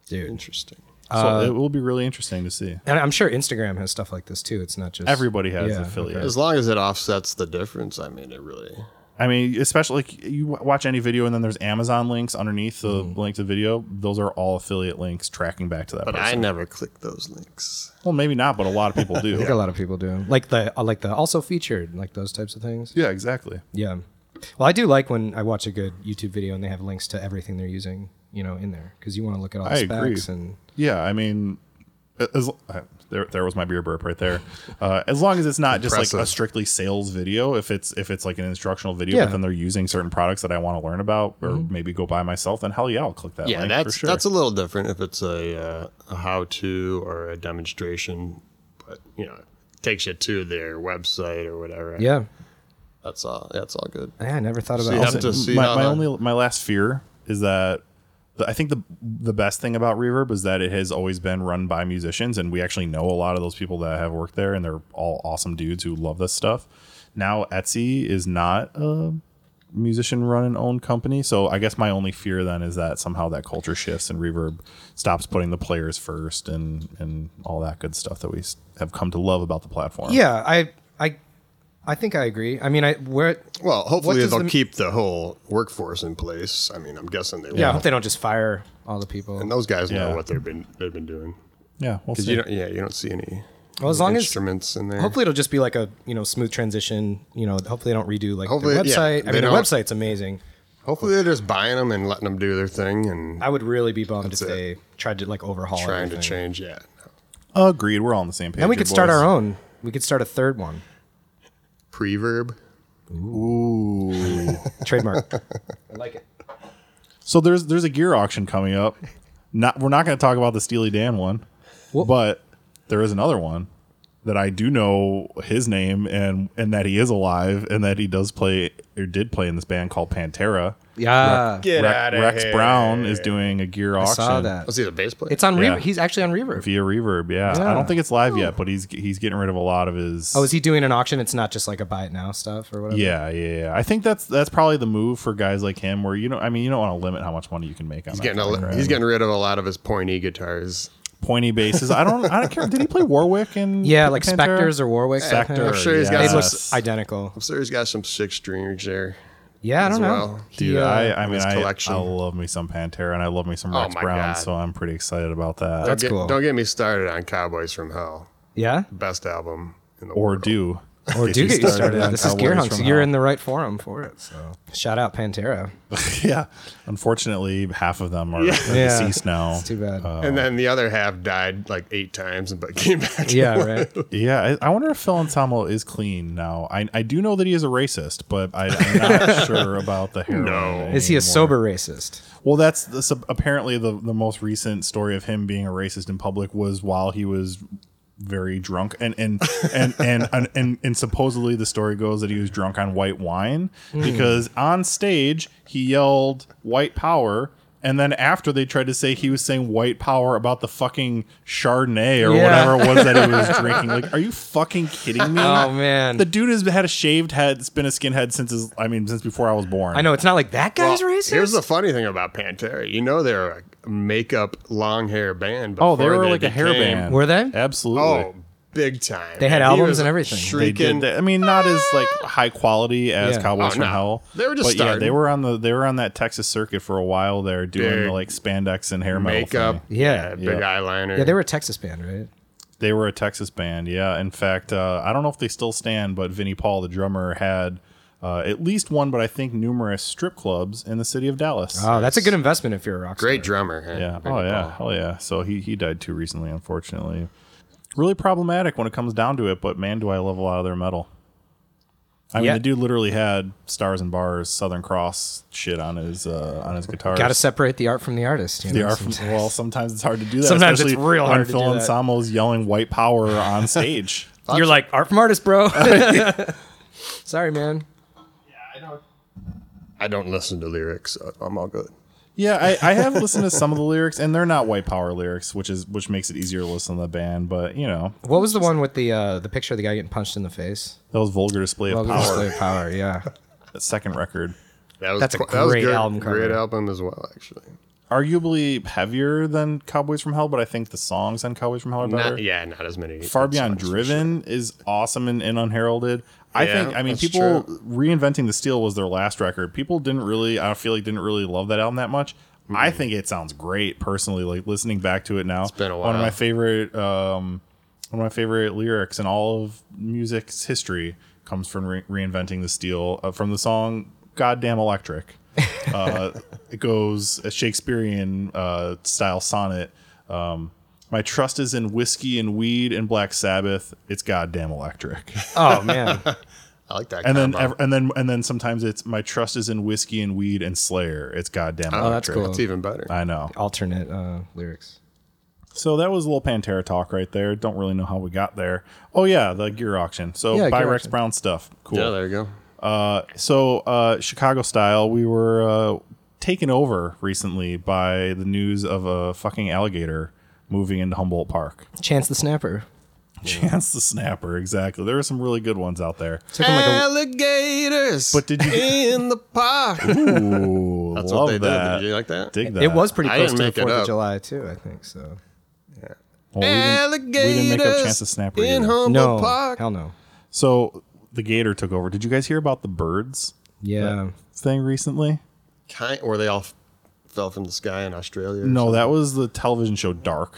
B: dude.
C: Interesting.
A: so
B: Uh,
A: it will be really interesting to see
B: And I'm sure Instagram has stuff like this too. It's not just
A: everybody has
B: Yeah,
A: affiliate
C: As long as it offsets the difference, I mean, it really.
A: I mean, especially like you w- watch any video and then there's Amazon links underneath the
B: Mm.
A: link to video. Those are all affiliate links tracking back to that
C: But I
A: person.
C: never click those links.
A: well, maybe not, but a lot of people do.
B: I think a lot of people do, like the uh, like the also featured, like those types of things.
A: yeah, exactly.
B: Yeah. Well, I do like when I watch a good YouTube video and they have links to everything they're using, you know, in there because you want to look at all the
A: I agree.
B: specs and
A: Yeah, I mean, a- as, I- there, there was my beer burp right there. Uh, as long as it's not just like a
C: Impressive.
A: strictly sales video, if it's if it's like an instructional video,
B: Yeah. Mm-hmm.
A: but then they're using certain products that I want to learn about or maybe go buy myself, then hell yeah, I'll click that.
C: Yeah,
A: link
C: that's
A: for sure.
C: that's a little different if it's a, uh, a how-to or a demonstration, but you know, it takes you to their website or whatever.
B: yeah.
C: that's all. That's all good.
B: Yeah, I never thought
C: So you
B: about
C: have
B: that.
C: to see
A: my,
C: how
A: my
C: that-
A: only my last fear is that the, I think the the best thing about Reverb is that it has always been run by musicians, and we actually know a lot of those people that have worked there, and they're all awesome dudes who love this stuff. Now Etsy is not a musician run and owned company, so I guess my only fear then is that somehow that culture shifts and Reverb stops putting the players first and and all that good stuff that we s- have come to love about the platform.
B: Yeah, I I I think I agree. I mean, I where
C: Well, hopefully
B: does
C: they'll
B: the-
C: keep the whole workforce in place. I mean, I'm guessing they will.
B: yeah, I hope they don't just fire all the people.
C: And those guys
A: Yeah.
C: know what they've been they've been doing.
A: yeah, we'll
C: 'Cause
A: see.
C: you don't, yeah, you don't see any
B: Well, as long as
C: instruments in there.
B: hopefully it'll just be like a you know smooth transition. You know, hopefully they don't redo like
C: Hopefully,
B: the
C: yeah,
B: website. I
C: they
B: mean, the
C: don't-
B: website's amazing.
C: Hopefully they're just buying them and letting them do their thing and
B: I would really be bummed if
C: it.
B: they tried to like overhaul.
C: trying
B: everything.
C: to change. Yeah,
A: Agreed. We're all on the same page.
B: And we
A: here,
B: could start
A: boys.
B: our own. We could start a third one.
C: preverb.
B: Trademark. I like it.
A: So there's there's a gear auction coming up. Not we're not going to talk about the Steely Dan one, but there is another one that I do know his name and and that he is alive and that he does play or did play in this band called Pantera.
B: Yeah.
C: Get
A: Rex-
C: outta
A: Rex
C: here.
A: Brown is doing a gear
B: I
A: auction.
B: saw that.
C: Was he the bass player?
B: It's on
A: Yeah.
B: reverb. He's actually on reverb.
A: via reverb. Yeah.
B: Yeah.
A: I don't think it's live yet, but he's he's getting rid of a lot of his.
B: Oh, is he doing an auction? It's not just like a buy it now stuff or whatever.
A: yeah, yeah, yeah. I think that's that's probably the move for guys like him, where you know, I mean, you don't want to limit how much money you can make on
C: he's
A: that
C: getting
A: kind of
C: a,
A: crap.
C: he's getting rid of a lot of his pointy guitars.
A: pointy bases. I don't, I don't care. Did he play Warwick and
B: Yeah, like Spectres or Warwick.
A: Spectre?
C: I'm sure he's got
B: They
A: yes.
B: look
C: Yes.
B: identical.
C: I'm sure he's got some six stringers there.
B: Yeah, I
C: As
B: don't know.
C: well.
B: He,
A: Dude,
B: uh,
A: I, I
C: in
A: mean,
C: his
A: I,
C: collection.
A: I love me some Pantera and I love me some
C: Oh
A: Rex
C: my
A: Brown,
C: God.
A: so I'm pretty excited about
C: Don't
A: that.
B: That's
C: get-
B: cool.
C: Don't get me started on Cowboys from Hell.
B: yeah.
C: Best album in the
A: Or
C: world.
A: do,
B: Or do get you started.
A: on
B: This is
A: Cowboys
B: Gear Hunk,
A: from
B: so you're
A: Hell.
B: in the right forum for it. So shout out Pantera.
A: yeah. Unfortunately, half of them are, are
B: Yeah.
A: deceased now.
B: It's too bad.
C: And then the other half died like eight times, but came back.
B: yeah, right.
A: Yeah, I, I wonder if Phil Anselmo is clean now. I I do know that he is a racist, but I, I'm not sure about the heroin.
C: No.
B: Is he a
A: anymore.
B: sober racist?
A: Well, that's the, sub- apparently the the most recent story of him being a racist in public was while he was very drunk and and and and and, and, and supposedly the story goes that he was drunk on white wine
B: Hmm.
A: because on stage he yelled white power and then after they tried to say he was saying white power about the fucking chardonnay or
B: Yeah.
A: whatever it was that he was drinking like are you fucking kidding me
B: Oh man.
A: the dude has had a shaved head has been a skinhead since his i mean since before i was born
B: I know it's not like that
C: Well,
B: guy's racist.
C: Here's the funny thing about Pantera. You know they're a makeup long hair band.
A: oh they
C: before
A: were like a hair
C: became-
A: band
B: Were they?
A: absolutely
C: Oh, big time.
B: They had
C: He
B: albums
C: was
B: and everything. They
A: they
C: Shrieking.
A: did that. I mean, not as like high quality as
B: Yeah.
A: Cowboys
C: Oh,
A: from
C: no.
A: Hell.
C: They were just
A: but yeah, they
C: starting.
A: were on the they were on that Texas circuit for a while there, doing
C: Big
A: the, like spandex and hair metal
C: makeup.
A: thing.
B: yeah.
C: Big eyeliner.
B: Yeah, they were a Texas band, right?
A: They were a Texas band, yeah. In fact, uh, I don't know if they still stand, but Vinnie Paul, the drummer, had uh, at least one, but I think numerous strip clubs in the city of Dallas.
B: Oh, that's a good investment if you're a rock star.
C: great drummer. huh?
A: Yeah.
C: Big
A: Oh yeah.
C: ball.
A: Hell yeah. So he he died too recently, unfortunately. Really problematic when it comes down to it, but man, do I love a lot of their metal. I mean,
B: Yeah.
A: the dude literally had stars and bars, Southern Cross shit on his uh, on his guitar.
B: Got to separate the art from the artist. You
A: They
B: know,
A: are from,
B: sometimes.
A: well. Sometimes it's hard to do that.
B: Sometimes it's
A: especially
B: real hard
A: when
B: to
A: Phil
B: do that.
A: Anselmo's yelling "White Power" on stage.
B: You're like art from artist, bro. Sorry, man.
C: I don't listen to lyrics, so I'm all good.
A: Yeah, I, I have listened to some of the lyrics, and they're not white power lyrics, which is which makes it easier to listen to the band. But you know,
B: What was the one with the uh, the picture of the guy getting punched in the face?
A: that was vulgar display of
B: Well,
A: power.
B: display of power. Yeah.
A: That second record.
C: That was
B: That's a
C: qu- that was
B: great
C: good-
B: album cover.
C: Great album as well, actually.
A: arguably heavier than Cowboys from Hell, but I think the songs on Cowboys from Hell are better.
C: Not, yeah, not as many.
A: Far
C: good
A: Beyond
C: songs, for
A: Driven is awesome and, and unheralded. I
C: Yeah,
A: think I mean
C: that's
A: people
C: true.
A: reinventing the steel was their last record. People didn't really I feel like didn't really love that album that much. I think it sounds great personally. Like listening back to it now, it's
C: Mm. been a
A: One of my
C: while.
A: favorite um, one of my favorite lyrics in all of music's history comes from re- reinventing the steel uh, from the song "Goddamn Electric." Uh, it goes a Shakespearean uh, style sonnet. Um, my trust is in whiskey and weed and Black Sabbath. It's goddamn electric.
B: Oh man.
C: I like that.
A: And then
C: combo.
A: ev- and then and then sometimes it's my trust is in whiskey and weed and Slayer. It's goddamn
C: Oh,
A: electric.
B: that's cool.
C: That's even better.
A: I know.
B: Alternate uh, lyrics.
A: So that was a little Pantera talk right there. Don't really know how we got there. Oh yeah, the gear auction. So
B: Yeah,
A: buy
B: gear
A: Rex
B: auction.
A: Brown stuff. Cool.
C: Yeah, there you go.
A: Uh, so uh, Chicago style, we were uh, taken over recently by the news of a fucking alligator moving into Humboldt Park.
B: Chance the Snapper.
A: Chance the Snapper, exactly. There are some really good ones out there.
B: Took him like a-
C: Alligators.
A: But did you-
C: in the park?
A: Ooh,
C: That's
A: love
C: what they
A: that.
C: did. Did you like that?
A: Dig that.
B: it was pretty
C: I
B: close to
C: didn't
B: the
C: make it
B: Fourth of
C: up.
B: July too. I think so.
A: Well, we, didn't, we didn't make up Chance the
C: Alligators
A: Snapper.
C: in
A: either.
C: Humboldt
B: No.
C: Park.
B: Hell no.
A: So the gator took over. Did you guys hear about the birds
B: Yeah.
A: thing recently?
C: Kind, where they all f- fell from the sky in Australia. or
A: No,
C: something?
A: that was the television show Dark.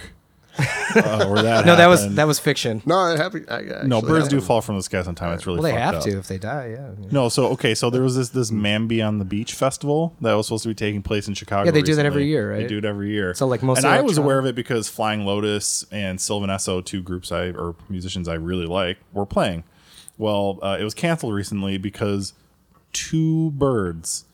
A: uh, where that
B: No, that was
A: happened.
B: that was fiction.
C: no, it happened. I, actually,
A: no birds do
C: happened.
A: fall from the sky sometimes. It's really
B: Well, they
A: fucked
B: have
A: up.
B: to if they die. Yeah.
A: No, so okay, so there was this this Mambi on the Beach festival that was supposed to be taking place in Chicago.
B: Yeah, they do that
A: recently.
B: every year,
A: They
B: right?
A: do it every year.
B: So, like, most
A: and I was
B: electronic-
A: aware of it because Flying Lotus and Sylvan Esso, two groups I or musicians I really like, were playing. Well, uh, it was canceled recently because two birds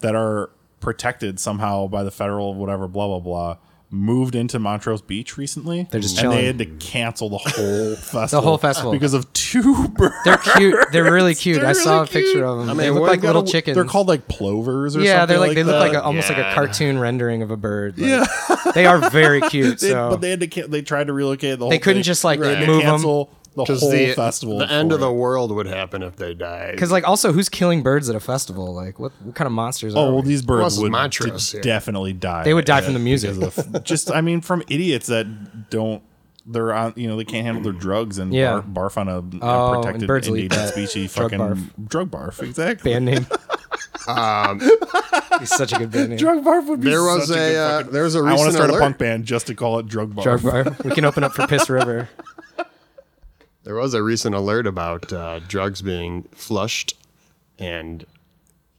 A: that are protected somehow by the federal whatever blah blah blah moved into Montrose Beach recently.
B: They're just
A: and
B: chilling.
A: they had to cancel the whole festival.
B: whole festival.
A: because of two birds.
B: They're cute. They're really cute.
A: They're
B: I saw
A: really
B: a picture
A: cute.
B: of them.
C: I mean,
B: they look
C: what
B: like
C: you
B: little
C: gotta-
B: chickens.
A: They're called like plovers or
B: yeah,
A: something
B: they're like, they look
A: that.
B: like a, almost like a cartoon rendering of a bird. Like,
A: Yeah.
B: they are very cute.
A: They-
B: Oh, so
A: but they had to can- they tried to relocate the whole
B: They couldn't
A: thing.
B: just, like,
A: They had to
B: move 'em.
A: cancel the
C: Because
A: whole
C: the
A: festival
C: the end
A: for
C: of the
A: it.
C: world would happen if they died.
B: because like also who's killing birds at a festival? Like what what kind of monsters?
A: Oh
B: are
A: well,
B: we?
A: these birds
C: Plus
A: would
C: Montrose,
A: d-
C: yeah.
A: definitely die.
B: They would die
A: at
B: from
A: it
B: the music.
A: because of the f- just, I mean, from idiots that don't, they're on, you know, they can't handle their drugs and
B: Yeah.
A: barf, barf on a, a
B: Oh, and
A: protected
B: birds leave
A: endangered
B: that.
A: species
B: Drug
A: fucking
B: barf.
A: drug barf. Exactly.
B: band name. Um. He's such a good band name.
A: Drug barf would be.
C: There was
A: such
C: a,
A: good
C: uh,
A: fucking-
C: there was a
A: I wanna
C: recent
A: start
C: alert.
A: a punk band just to call it drug barf.
B: Drug bar. We can open up for Piss River.
C: There was a recent alert about uh, drugs being flushed and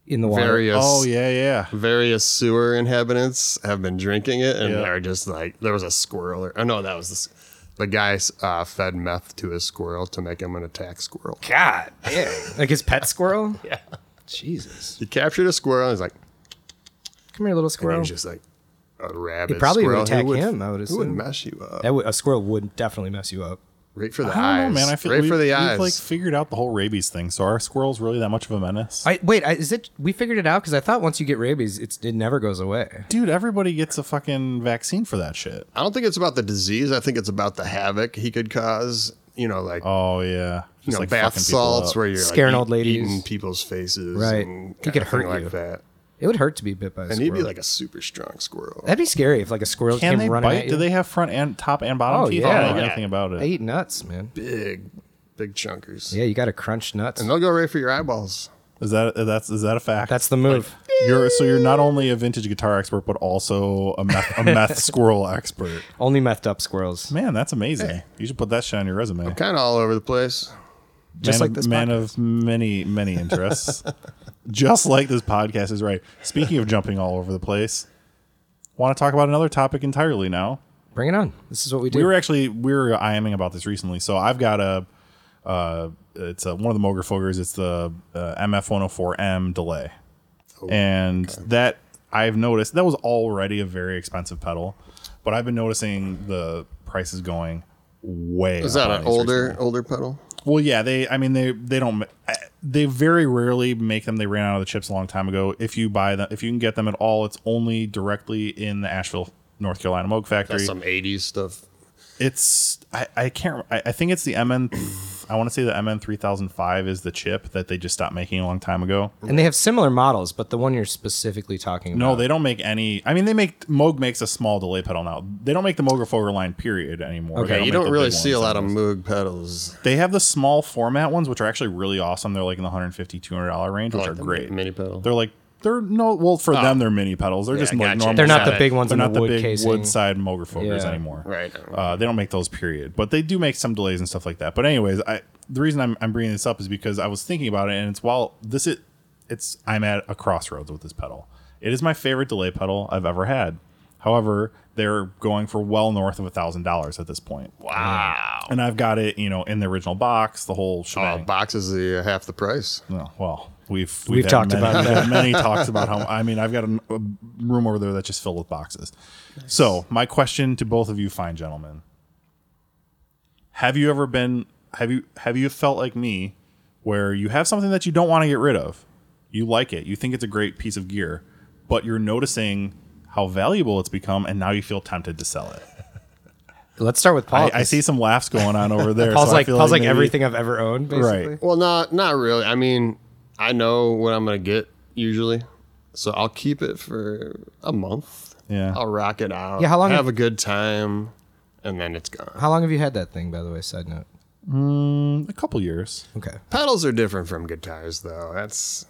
B: in the water.
C: various
A: Oh yeah, yeah.
C: various sewer inhabitants have been drinking it and
A: Yeah.
C: they're just like there was a squirrel or, oh no that was this, the guy uh, fed meth to his squirrel to make him an attack squirrel.
B: God, dang. like his pet squirrel. yeah, Jesus,
C: He captured a squirrel and he's like
B: come here, little
C: and he
B: squirrel.
C: was just like a rabbit.
B: probably would
C: squirrel.
B: attack
C: who
B: him, I would
C: Who would
B: assume.
C: mess you up?
B: That would, a squirrel would definitely mess you up.
C: Right for the
A: I
C: eyes.
A: don't know, man. I feel
C: right
A: we've,
C: for the
A: we've
C: eyes.
A: like figured out the whole rabies thing. So are squirrels really that much of a menace?
B: I wait, I, is it? We figured it out because I thought once you get rabies, it's, it never goes away.
A: Dude, everybody gets a fucking vaccine for that shit.
C: I don't think it's about the disease. I think it's about the havoc he could cause. You know, like
A: Oh yeah, just
C: you know,
A: like
C: bath
A: fucking people
C: salts
A: up.
C: where you're
B: Scaring
C: like,
B: old
C: eat-
B: ladies.
C: eating people's faces,
B: Right.
C: And
B: He
C: kinda
B: could hurt
C: thing
B: you.
C: like that.
B: It would hurt to be bit by a
C: And
B: squirrel.
C: he'd be like a super strong squirrel.
B: That'd be scary if like a squirrel
A: Can
B: came
A: they
B: running
A: bite?
B: at you.
A: Do they have front and top and bottom
B: Oh,
A: teeth?
B: yeah.
A: I don't know
C: Yeah.
A: anything about it.
B: They eat nuts, man.
C: big, big chunkers.
B: Yeah, you got to crunch nuts.
C: And they'll go right for your eyeballs.
A: Is that that's is that a fact?
B: That's the move.
A: you're so you're not only a vintage guitar expert but also a meth, a meth squirrel expert.
B: Only methed up squirrels.
A: Man, that's amazing. You should put that shit on your resume.
C: Kind of all over the place.
B: Just
A: man
B: like
A: of,
B: this
A: man of many many interests. Just like this podcast is right. Speaking of jumping all over the place, want to talk about another topic entirely now.
B: Bring it on. This is what we do.
A: We were actually we were IMing about this recently. So I've got a uh, it's a, one of the Moger Fogers. It's the uh, MF104M delay,
B: Oh,
A: and that I've noticed that was already a very expensive pedal, but I've been noticing the prices going way.
C: Is
A: up
C: that
A: on
C: an
A: these
C: older,
A: recently.
C: older pedal?
A: Well, yeah, they. I mean, they they don't. ma- They very rarely make them. They ran out of the chips a long time ago. If you buy them, if you can get them at all, it's only directly in the Asheville, North Carolina Moog factory.
C: That's some '80s stuff.
A: It's I, I can't I, I think it's the MN I want to say the MN three thousand five is the chip that they just stopped making a long time ago.
B: and they have similar models, but the one you're specifically talking about.
A: No, they don't make any. I mean, they make Moog makes a small delay pedal now. They don't make the Moog Foger line period anymore. They
B: Okay,
C: You
A: make
C: don't
A: the
C: really
A: big
C: see a
A: ones
C: lot of
A: anymore.
C: Moog pedals.
A: They have the small format ones, which are actually really awesome. They're like in the 150 200 dollar range, which
C: like
A: are
C: the
A: great.
C: mini pedal.
A: They're like they're no well for them they're mini pedals. They're just like
C: Oh. gotcha.
A: normal.
B: They're not the
A: size-
B: big ones
A: They're
B: in the
A: not the
B: wood
A: big
B: casing.
A: wood side Moger Fogers
B: Yeah.
A: anymore.
C: Right.
A: Uh, they don't make those period, but they do make some delays and stuff like that. But anyways, I the reason I'm, I'm bringing this up is because I was thinking about it, and it's while this it it's I'm at a crossroads with this pedal. It is my favorite delay pedal I've ever had. However, they're going for well north of a thousand dollars at this point.
C: Wow.
A: And I've got it, you know, in the original box, the whole
C: Uh,
A: shebang.
C: box is the uh, half the price.
A: No, well, we've we've, had
B: talked
A: many-
B: about
A: we've had many talks about how. I mean, I've got a, a room over there that's just filled with boxes. So, my question to both of you, fine gentlemen, have you ever been have you have you felt like me, where you have something that you don't want to get rid of, you like it, you think it's a great piece of gear, but you're noticing how valuable it's become, and now you feel tempted to sell it.
B: Let's start with Paul.
A: I, I see some laughs going on over there.
B: Oh, Paul's
A: so I
B: like
A: feel
B: Paul's like
A: maybe-
B: everything I've ever owned. Basically.
A: Right.
C: Well, not not really. I mean, I know what I'm gonna get usually, so I'll keep it for a month.
A: Yeah.
C: I'll rock it out.
B: Yeah, how long
C: Have
B: have-
C: a good time, and then it's gone.
B: How long have you had that thing, by the way? Side note.
A: A couple years.
B: Okay.
C: Pedals are different from guitars, though. That's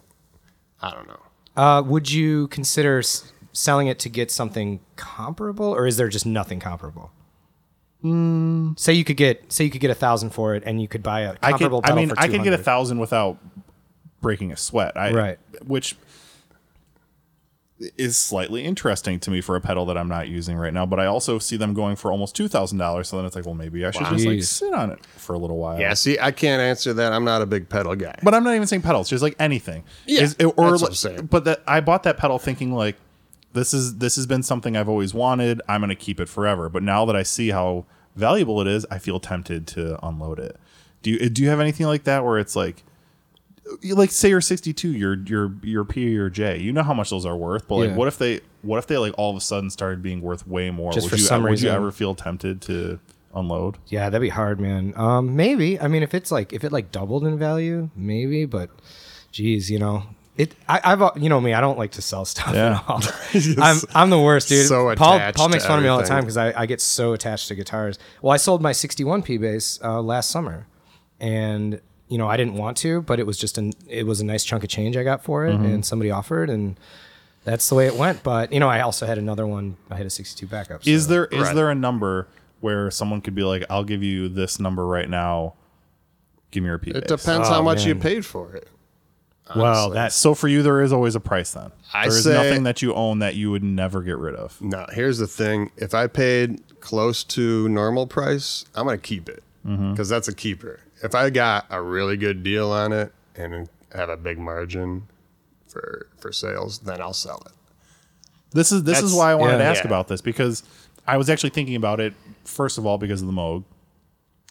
C: I don't know.
B: Uh, would you consider s- selling it to get something comparable, or is there just nothing comparable? Say you could get say you could get a thousand for it, and you could buy a
A: Mm. I could,
B: comparable
A: I
B: pedal
A: mean,
B: for
A: I could get a
B: 200.
A: thousand without breaking a sweat. I,
B: Right.
A: Which is slightly interesting to me for a pedal that I'm not using right now. But I also see them going for almost two thousand dollars. So then it's like, well, maybe I should just like
B: Jeez.
A: sit on it for a little while.
C: Yeah, see, I can't answer that. I'm not a big pedal guy.
A: But I'm not even saying pedals, just like anything.
C: Yeah,
A: Is- or
C: that's what
A: like-
C: I'm saying.
A: But that I bought that pedal thinking like this is this has been something I've always wanted. I'm gonna keep it forever. But now that I see how valuable it is, I feel tempted to unload it. Do you do you have anything like that where it's like you- like say you're 62, your your your P or your J. You know how much those are worth, but like
B: Yeah.
A: what if they what if they like all of a sudden started being worth way more?
B: Just
A: would
B: for
A: you
B: some
A: would you
B: reason.
A: ever feel tempted to unload?
B: Yeah, that'd be hard, man. Um, maybe. I mean, if it's like if it like doubled in value, maybe. But, geez, you know, it. I, I've uh, you know me. I don't like to sell stuff
A: Yeah.
B: at all. I'm I'm the worst, dude.
C: so
B: Paul
C: attached
B: Paul makes
C: to
B: fun of me all the
C: everything.
B: time because I, I get so attached to guitars. Well, I sold my 61p bass uh, last summer, and you know I didn't want to, but it was just an it was a nice chunk of change I got for it,
C: Mm-hmm.
B: and somebody offered, and that's the way it went. But you know I also had another one. I had a 62 backup.
A: Is
B: so-
A: there is
C: Right.
A: there a number where someone could be like, "I'll give you this number right now. Give me your repeat."
C: It
A: base." Oh,
C: depends how much you
B: man.
C: paid for it.
B: well that
A: So for you, there is always a price. Then
C: I
A: there is
C: say-
A: nothing that you own that you would never get rid of.
C: No, here's the thing. If I paid close to normal price, I'm going to keep it because that's a keeper. If I got a really good deal on it and have a big margin for for sales, then I'll sell it.
A: This is this is
C: That's-
A: why I wanted to
B: yeah.
A: ask
C: Yeah.
A: about this because I was actually thinking about it first of all because of the Moog,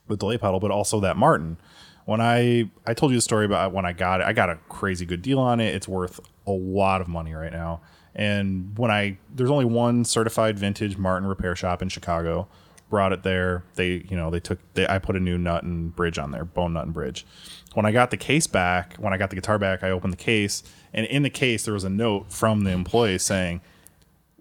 A: the delay pedal, but also that Martin. When I I told you the story about when I got it, I got a crazy good deal on it. It's worth a lot of money right now. And when I there's only one certified vintage Martin repair shop in Chicago. Brought it there. They you know they took they, I put a new nut and bridge on there, bone nut and bridge. When I got the case back, when I got the guitar back, I opened the case, and in the case there was a note from the employee saying,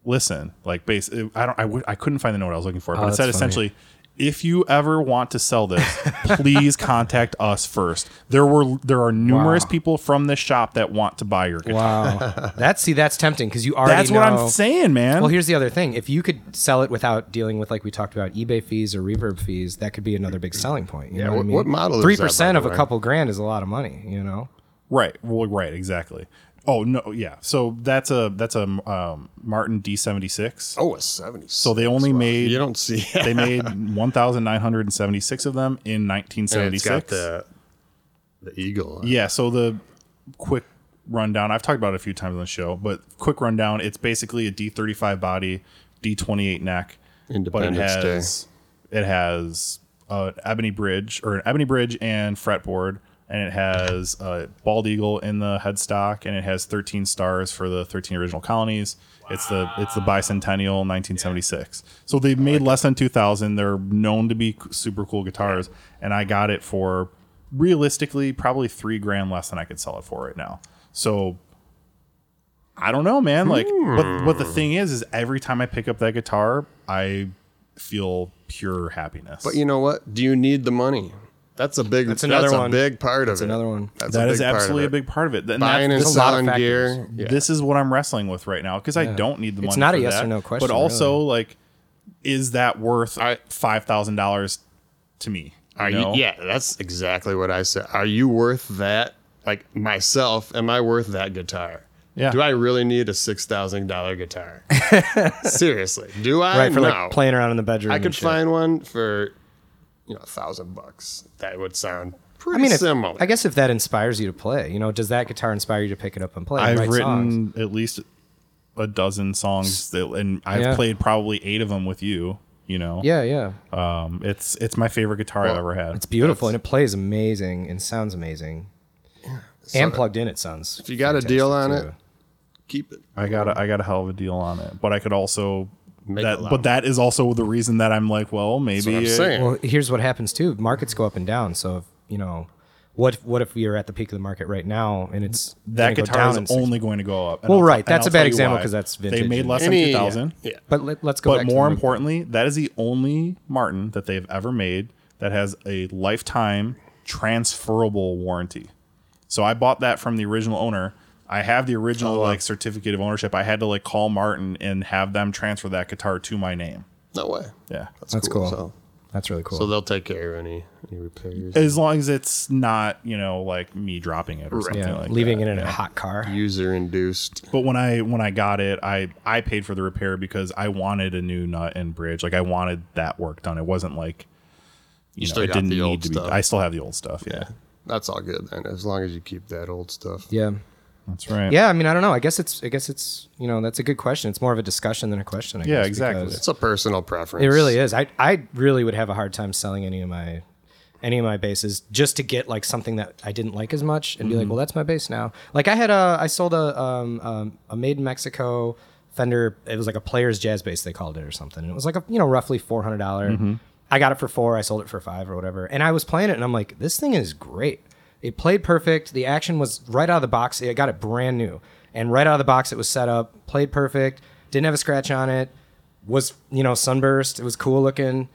A: listen like base i don't I w- I couldn't find the note i was looking for but it
B: Oh, that's
A: said
B: funny.
A: essentially if you ever want to sell this please contact us first there were there are numerous people from this shop that want to buy your guitar.
B: wow that's see that's tempting because you already
A: that's what i'm
B: know-
A: saying man
B: Well, here's the other thing. If you could sell it without dealing with, like we talked about, eBay fees or reverb fees, that could be another big selling point. You know
C: what-
B: what, I mean?
C: what model is that, by
B: Three percent of
C: the
B: a
C: way?
B: couple grand is a lot of money. You know.
A: right well right exactly oh no yeah so that's a that's a um, martin d76
C: Oh, a 70.
A: so they only made
C: You don't see it.
A: they made 1976 of them in
C: And it's
A: 1976
C: got the, the eagle. on it.
A: Yeah, so the quick rundown, I've talked about it a few times on the show, but quick rundown, it's basically a D35 body, D28 neck, but
C: Independence
A: it has it has uh, ebony bridge or an ebony bridge and fretboard and it has uh, bald eagle in the headstock and it has 13 stars for the 13 original colonies. It's the it's the bicentennial 1976. So they made less than 2000. They're known to be c- super cool guitars and I got it for realistically probably 3 grand less than I could sell it for right now. So I don't know, man. Like, but but the
C: Hmm.
A: thing is, is every time I pick up that guitar, I feel pure happiness.
C: But you know what? Do you need the money? That's a big. That's
B: another
C: a
B: one.
C: big part of it.
B: another one.
C: That's
A: that
C: a
A: is
C: big part of
A: absolutely a
C: it.
A: big part of it. And
C: Buying and
A: that's,
B: there's a lot of
C: selling
B: factors.
C: gear. Yeah.
A: this is what I'm wrestling with right now because I don't need the money.
B: It's not a
A: for
B: yes
A: that.
B: or no question,
A: But also, like, is that worth five thousand dollars to me?
C: Are
A: you know?
C: you, yeah, that's exactly what I said. Are you worth that? Like myself, am I worth that guitar?
A: Yeah.
C: Do I really need a six thousand dollar guitar? Seriously, do I?
B: Right for
C: no.
B: like playing around in the bedroom.
C: I
B: and
C: could
B: shit.
C: find one for you know a thousand bucks. That would sound
B: I
C: pretty
B: mean, if,
C: similar.
B: I guess if that inspires you to play, you know, does that guitar inspire you to pick it up and play? and
A: I've
B: write
A: written
B: songs?
A: at least a dozen songs, that, and I've
B: Yeah.
A: played probably eight of them with you. You know,
B: Yeah, yeah.
A: Um, it's it's my favorite guitar I've
C: Well,
A: ever had.
B: It's beautiful and it plays amazing and sounds amazing. and plugged in, it sounds. If
C: you got a deal on it, keep it.
A: I got a, I got a hell of a deal on it, but I could also
C: Make
A: that,
C: a lot
A: but
C: more.
A: that is also the reason that I'm like, well, maybe
C: what I'm
A: it-
C: saying.
B: Well, here's what happens too. Markets go up and down. So if, you know, what what if we are at the peak of the market right now and it's
A: that
B: gonna go
A: guitar
B: in
A: is
B: six-
A: only going to go up. And
B: Well,
A: I'll-
B: right,
A: and
B: that's
A: I'll
B: a bad
A: tell you
B: example
A: why.
B: 'cause that's
A: They
B: vintage
A: made
B: and-
A: less
C: Any-
A: than two thousand.
C: Yeah. yeah.
B: But let, let's go.
A: But
B: back to
A: more
B: the-
A: importantly, that is the only Martin that they've ever made that has a lifetime transferable warranty. So I bought that from the original owner. I have the original
B: Oh,
A: like certificate of ownership. I had to like call Martin and have them transfer that guitar to my name.
C: No way.
A: Yeah.
B: That's cool.
C: So
B: That's really cool.
C: So they'll take care of any, any repairs.
A: As long as it's not, you know, like me dropping it or something
B: yeah,
A: like
B: leaving
A: that.
B: it in a hot car.
C: User induced.
A: But when I when I got it, I I paid for the repair because I wanted a new nut and bridge. Like I wanted that work done. It wasn't like you, know,
C: still
A: it
C: got
A: didn't
C: the
A: need
C: old
A: to be.
C: stuff.
A: I still have the old stuff. Yeah,
C: That's all good then, as long as you keep that old stuff.
B: Yeah.
A: that's right.
B: Yeah, I mean, I don't know. I guess it's, I guess it's, you know, that's a good question. It's more of a discussion than a question. I
A: Yeah,
B: guess,
A: exactly.
B: because
C: It's a personal preference.
B: It really is. I, I really would have a hard time selling any of my, any of my bases just to get like something that I didn't like as much and be like, well, that's my base now. Like I had a, I sold a, um, um a made in Mexico Fender. It was like a player's jazz bass they called it or something. And it was like a, you know, roughly four hundred dollar. I got it for four. I sold it for five or whatever. And I was playing it, and I'm like, this thing is great. It played perfect. The action was right out of the box. I got it brand new, and right out of the box, it was set up, played perfect. Didn't have a scratch on it. Was you know sunburst. It was cool looking,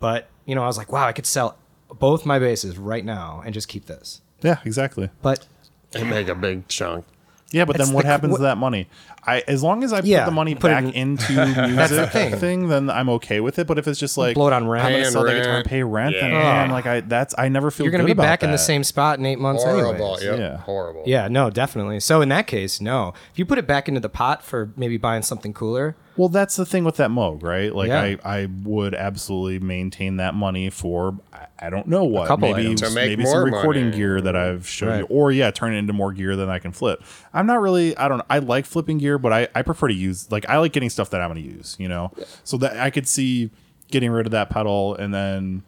B: but you know I was like, wow, I could sell both my bases right now and just keep this.
A: Yeah, exactly.
B: But
C: They make a big chunk.
A: Yeah, but
B: That's
A: then what
B: the-
A: happens
B: what-
A: to that money? I as long as I put
B: Yeah,
A: the money
B: put it
A: back
B: in-
A: into music
B: the thing.
A: then I'm okay with it. But if it's just like
B: blow it on rent.
A: I'm gonna
C: Paying
A: sell the guitar
C: rent.
A: and pay rent, then
C: Yeah.
A: man, like I that's I never feel
B: You're gonna
A: good
B: be
A: about
B: back in the
A: that.
B: same spot in eight months
C: Horrible.
B: anyways.
C: Yep.
A: Yeah.
C: Horrible.
B: Yeah, no, definitely. So in that case, no. If you put it back into the pot for maybe buying something cooler,
A: Well, that's the thing with that Moog, right? Like
B: Yeah.
A: I, I would absolutely maintain that money for I- I don't know what,
B: couple
A: maybe
B: items.
C: To make
A: maybe
C: more
A: some recording
C: money.
A: gear that I've shown
B: Right.
A: you, or yeah, turn it into more gear than I can flip. I'm not really, I don't, I like flipping gear, but I, I prefer to use like I like getting stuff that I'm going to use, you know, so that I could see getting rid of that pedal and then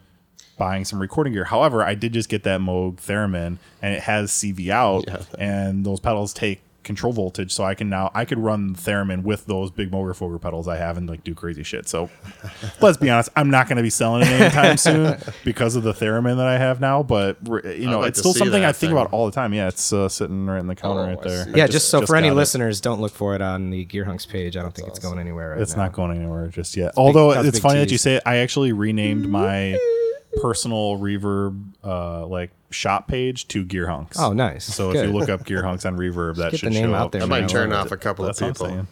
A: buying some recording gear. However, I did just get that Moog Theremin and it has CV out
C: Yeah.
A: and those pedals take control voltage so I can now I could run Theremin with those big Moger Foger pedals I have and like do crazy shit. So let's be honest, I'm not going to be selling it anytime soon because of the Theremin that I have now, but r- you know,
C: like
A: it's
C: to
A: still
C: see
A: something
C: that
A: I think
C: thing.
A: about all the time. Yeah, it's uh, sitting right in the counter
C: Oh,
A: right
C: I
A: there.
C: see.
A: I
B: yeah, just, so for any
A: got it.
B: listeners, don't look for it on the Gear Hunks page. I don't think it's going anywhere right
A: It's
B: now.
A: not going anywhere just yet. Although
B: that was a
A: it's
B: big
A: funny that you
B: tease.
A: say it. I actually renamed my personal reverb uh, like shop page to Gear Hunks.
B: Oh, nice.
A: So
B: Good.
A: if you look up Gear Hunks on Reverb, that
B: get
A: should
B: the name
A: show
B: out
A: up.
B: there,
C: That
B: man.
C: might
B: I
C: turn
A: love
C: off a couple
A: That's what
C: of
A: I'm
C: people.
A: saying.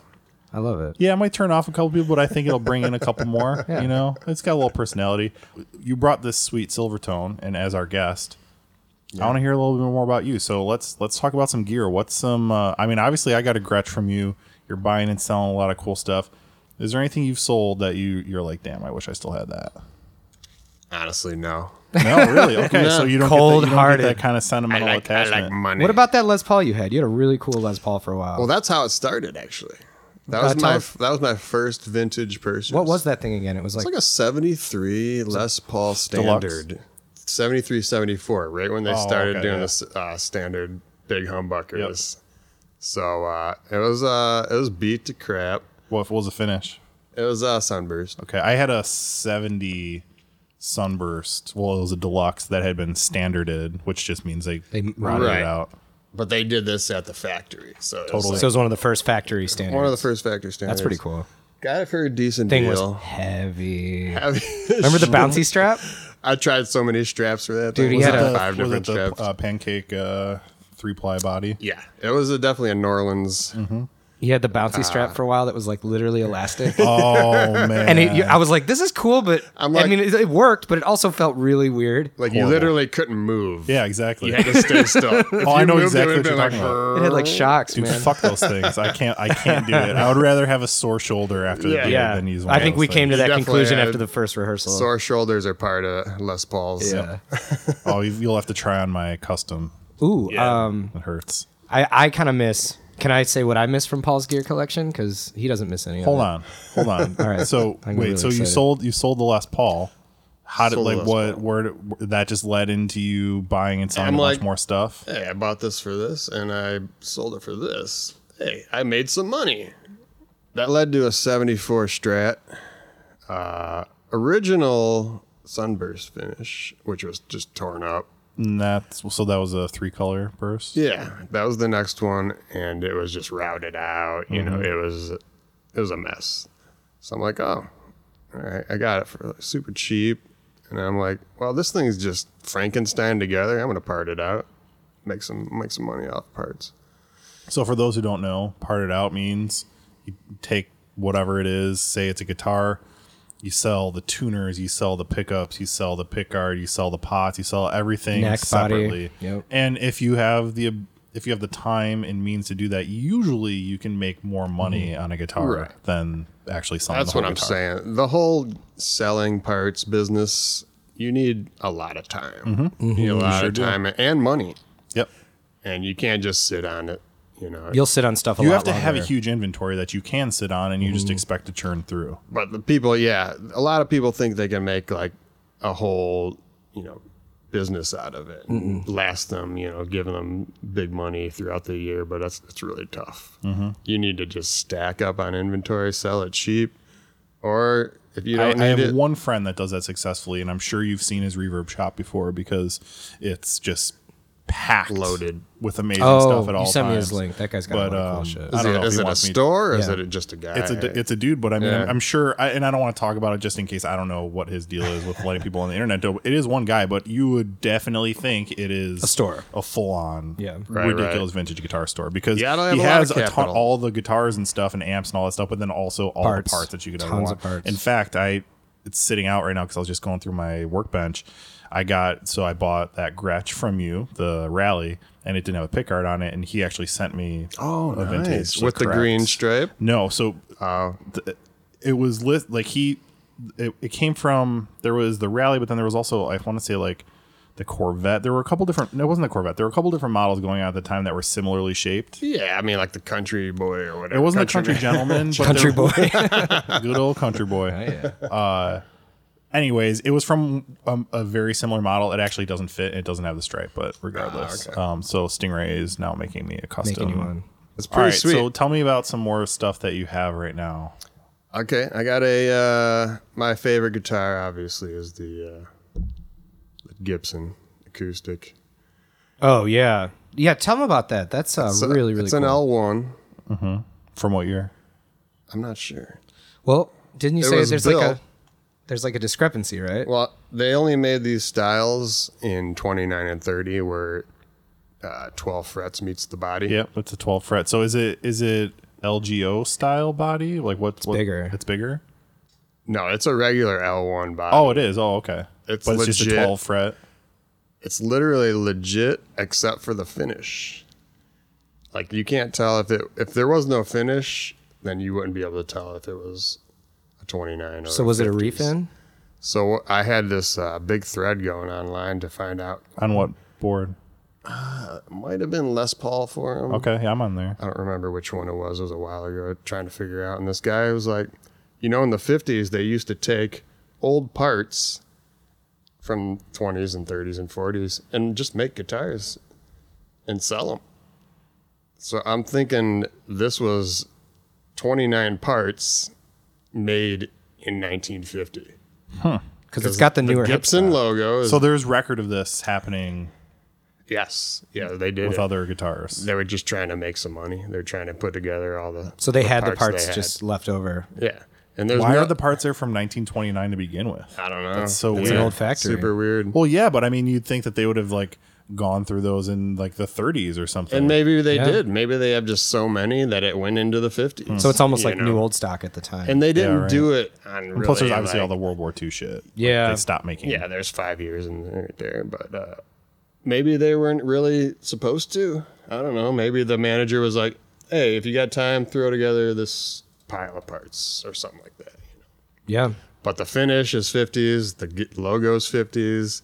B: I love it.
A: Yeah, I might turn off a couple people, but I think it'll bring in a couple more.
B: Yeah.
A: You know, it's got a little personality. You brought this sweet silver tone, and as our guest, I want to hear a little bit more about you. So let's let's talk about some gear. What's some? Uh, I mean, obviously, I got a Gretsch from you. You're buying and selling a lot of cool stuff. Is there anything you've sold that you you're like, damn, I wish I still had that?
C: Honestly, no.
A: No, really. Okay, so you don't get that, you don't get
B: Cold-hearted.
A: that kind of sentimental attachment.
C: money.
B: What about that Les Paul you had? You had a really cool Les Paul for a while.
C: Well, that's how it started actually. That
B: Uh,
C: was
B: tell
C: my
B: us-
C: that was my first vintage purchase.
B: what was that thing again? It was like,
C: It's like a 73 Les Paul
A: Deluxe?
C: standard. 73, 74, right when they
B: Oh,
C: started
A: okay,
C: doing
A: yeah.
C: this uh, standard big humbuckers. So uh, it was uh, it was beat to crap.
A: What was the finish?
C: It was uh, sunburst.
A: Okay, I had a 70 Sunburst. Well, it was a deluxe that had been standarded, which just means they,
B: They-
A: rotted
C: Right.
A: it out.
C: But they did this at the factory. So it was
A: Totally.
B: so it was one of the first factory standards.
C: like one of the first factory standards.
B: That's pretty cool.
C: Got it for a decent
B: Thing
C: deal.
B: was heavy.
C: Remember
B: Remember the bouncy strap?
C: I tried so many straps for that.
B: Dude,
C: thing.
B: he
C: Was
B: had
C: it
B: a-
A: The- was
C: five
A: it
C: different
A: the
C: straps.
A: uh, pancake uh, three ply body?
C: yeah, it was a, definitely a New Orleans.
B: Mhm. You had the
C: Ah.
B: bouncy strap for a while that was like literally elastic.
A: Oh, man.
B: And it, you, I was like, this is cool, but
C: I'm
B: I
C: like-
B: mean, it, it worked, but it also felt really weird.
C: Like you literally couldn't move.
A: yeah, exactly.
C: you had to stay still. If you
A: Oh, I know
C: moved, it
A: exactly
C: would've
A: what
C: been
A: you're talking about.
B: It had like shocks,
A: Dude,
B: man.
A: fuck those things. I can't. I can't do it. I would rather have a sore shoulder after
C: Yeah.
A: the deal
B: Yeah,
A: than use one.
B: I
A: of
B: think
A: those
B: we came to
A: things.
B: that
C: Definitely
B: conclusion
C: had
B: after the first rehearsal.
C: Sore shoulders are part of Les Paul's.
B: Yeah.
A: Oh, you- you'll have to try on my custom.
B: Ooh.
C: Yeah.
B: Um.
A: It hurts.
B: I I kind of miss. Can I say what I miss from Paul's gear collection? Because he doesn't miss any.
A: Hold
B: of
A: on, hold on. All
B: right.
A: right. So
B: I'm
A: wait,
B: really
A: so you
B: excited.
A: sold you sold the Les Paul. How did
C: Sold the
A: like
C: Les
A: what
C: Paul.
A: where did- that just led into you buying and selling
C: I'm
A: a bunch
C: like-
A: more stuff?
C: Hey, I bought this for this and I sold it for this. Hey, I made some money. That led to a 74 Strat. Uh, original Sunburst finish, which was just torn up.
A: And that's so that was a three color burst.
C: Yeah, that was the next one, and it was just routed out. You know, it was it was a mess. So I'm like, oh, all right, I got it for like super cheap, and I'm like, well, this thing's just Frankenstein together. I'm gonna part it out, make some make some money off parts.
A: So for those who don't know, part it out means you take whatever it is, say it's a guitar, You sell the tuners, you sell the pickups, you sell the pick guard, you sell the pots, you sell everything
B: Neck, body,
A: separately.
B: yep.
A: And if you have the if you have the time and means to do that, usually you can make more money
B: Mm-hmm.
A: on a guitar
C: Right.
A: than actually selling.
C: That's
A: the whole
C: what I'm
A: guitar.
C: saying. The whole selling parts business, you need a lot of time. Mm-hmm. You need a lot of time and money,
A: Yep.
C: and you can't just sit on it. You know,
B: You'll sit on stuff a
A: You
B: lot
A: have to have a
B: longer. Mm-hmm.
A: huge inventory that you can sit on, and you just expect to churn through.
C: but the people, yeah, a lot of people think they can make like a whole, you know, business out of it, and last them, you know, giving them big money throughout the year, but that's it's really tough.
A: Mm-hmm.
C: You need to just stack up on inventory, sell it cheap, or if you
A: I,
C: don't
A: I
C: need
A: have
C: it,
A: one friend that does that successfully, and I'm sure you've seen his reverb shop before because it's just packed,
C: Loaded.
A: with amazing
B: Oh,
A: stuff at all
B: you sent me his
A: times.
B: link. That guy's got
A: But
B: a lot of cool
A: um,
B: shit.
A: I
C: is
A: don't know
C: it,
A: if
C: is
A: he
C: it a
A: wants me to-
C: store or is
B: Yeah.
C: it just a guy?
A: It's a it's a dude, but I mean,
C: Yeah.
A: I'm, I'm sure, I, and I don't want to talk about it just in case I don't know what his deal is with letting people on the internet. know. It is one guy, but you would definitely think it is
B: A store.
A: a full on,
B: Yeah.
C: Right,
A: ridiculous vintage guitar store because
C: Yeah, I don't have
A: he
C: a lot of
A: has a ton,
C: capital.
A: all the guitars and stuff and amps and all that stuff, but then also all
B: Parts.
A: the parts that you could ever
B: Tons
A: want.
B: of parts.
A: In fact, I it's sitting out right now because I was just going through my workbench. I got so I bought that Gretsch from you, the Rally, and it didn't have a pickguard on it, and he actually sent me
C: Oh,
A: a vintage
C: nice.
A: that
C: With the
A: cracks.
C: green stripe.
A: No, so uh,
C: Oh,
A: it was lit like he it, it came from there was the rally but then there was also i want to say like the corvette there were a couple different no it wasn't the corvette there were a couple different models going out at the time that were similarly shaped
C: yeah. I mean, like the country boy or whatever.
A: it wasn't a country gentleman but
B: Country
A: there-
B: boy.
A: good old country boy
B: Oh,
A: Uh,
B: yeah.
A: anyways it was from um, a very similar model it actually doesn't fit and it doesn't have the stripe but regardless
C: okay.
A: um, so stingray is now making me a custom
B: Making you one.
C: It's
A: all
C: pretty
A: right
C: sweet.
A: so tell me about some more stuff that you have right now
C: okay, I got a. Uh, my favorite guitar, obviously, is the, uh, the Gibson acoustic.
B: Oh yeah, yeah. Tell them about that. That's uh,
C: It's a-
B: really really
C: It's
B: cool.
C: an L one.
A: from what year
C: I'm not sure.
B: well, didn't you
C: It
B: say
C: was
B: there's like
C: built-
B: a there's like a discrepancy, right?
C: Well, they only made these styles in 29 and 30, where uh, 12 frets meets the body.
A: Yep, it's a 12 fret. So is it is it LGO style body? Like what's what,
B: bigger.
A: It's bigger.
C: No, it's a regular L one body.
A: Oh, it is. Oh, okay.
C: It's
A: but it's just a
C: legit.
A: 12 fret.
C: it's literally legit except for the finish. Like you can't tell if it if there was no finish, then you wouldn't be able to tell if it was a 29 or
B: So was it a
C: 50s.
B: refin?
C: So I had this uh, big thread going online to find out
A: On what board?
C: it might have been Les Paul for him.
A: Okay, yeah, I'm on there.
C: I don't remember which one it was. It was a while ago trying to figure out. And this guy was like, you know, in the 50s, they used to take old parts from 20s and 30s and 40s and just make guitars and sell them. So I'm thinking this was 29 parts made in 1950.
B: Because it's got the newer hip
C: Gibson
B: style.
C: logo. Is,
A: So there's record of this happening
C: yes. Yeah, they did.
A: with
C: it.
A: other guitars.
C: they were just trying to make some money. They're trying to put together all the.
B: So they had the
C: they
B: parts
C: had.
B: just left over.
C: Yeah. And there's
A: Why
C: no-
A: are the parts there from 1929 to begin with?
C: I don't know.
A: That's so
C: It's
A: weird.
B: an old factory.
C: Super weird.
A: Well, yeah, but I mean, you'd think that they would have like gone through those in like the 30s or something.
C: And maybe they
B: Yeah.
C: did. Maybe they have just so many that it went into the 50s.
B: So it's almost
C: You
B: like
C: know?
B: new old stock at the time.
C: And they didn't
A: right.
C: do it on really,
A: Plus, there's obviously
C: like-
A: all the World War II shit. Like,
B: Yeah.
A: they stopped making.
C: Yeah, there's five years in there, there but uh, maybe they weren't really supposed to. I don't know. Maybe the manager was like, hey, if you got time, throw together this pile of parts or something like that. you know?
B: yeah,
C: But the finish is 50s, the g- logo's 50s,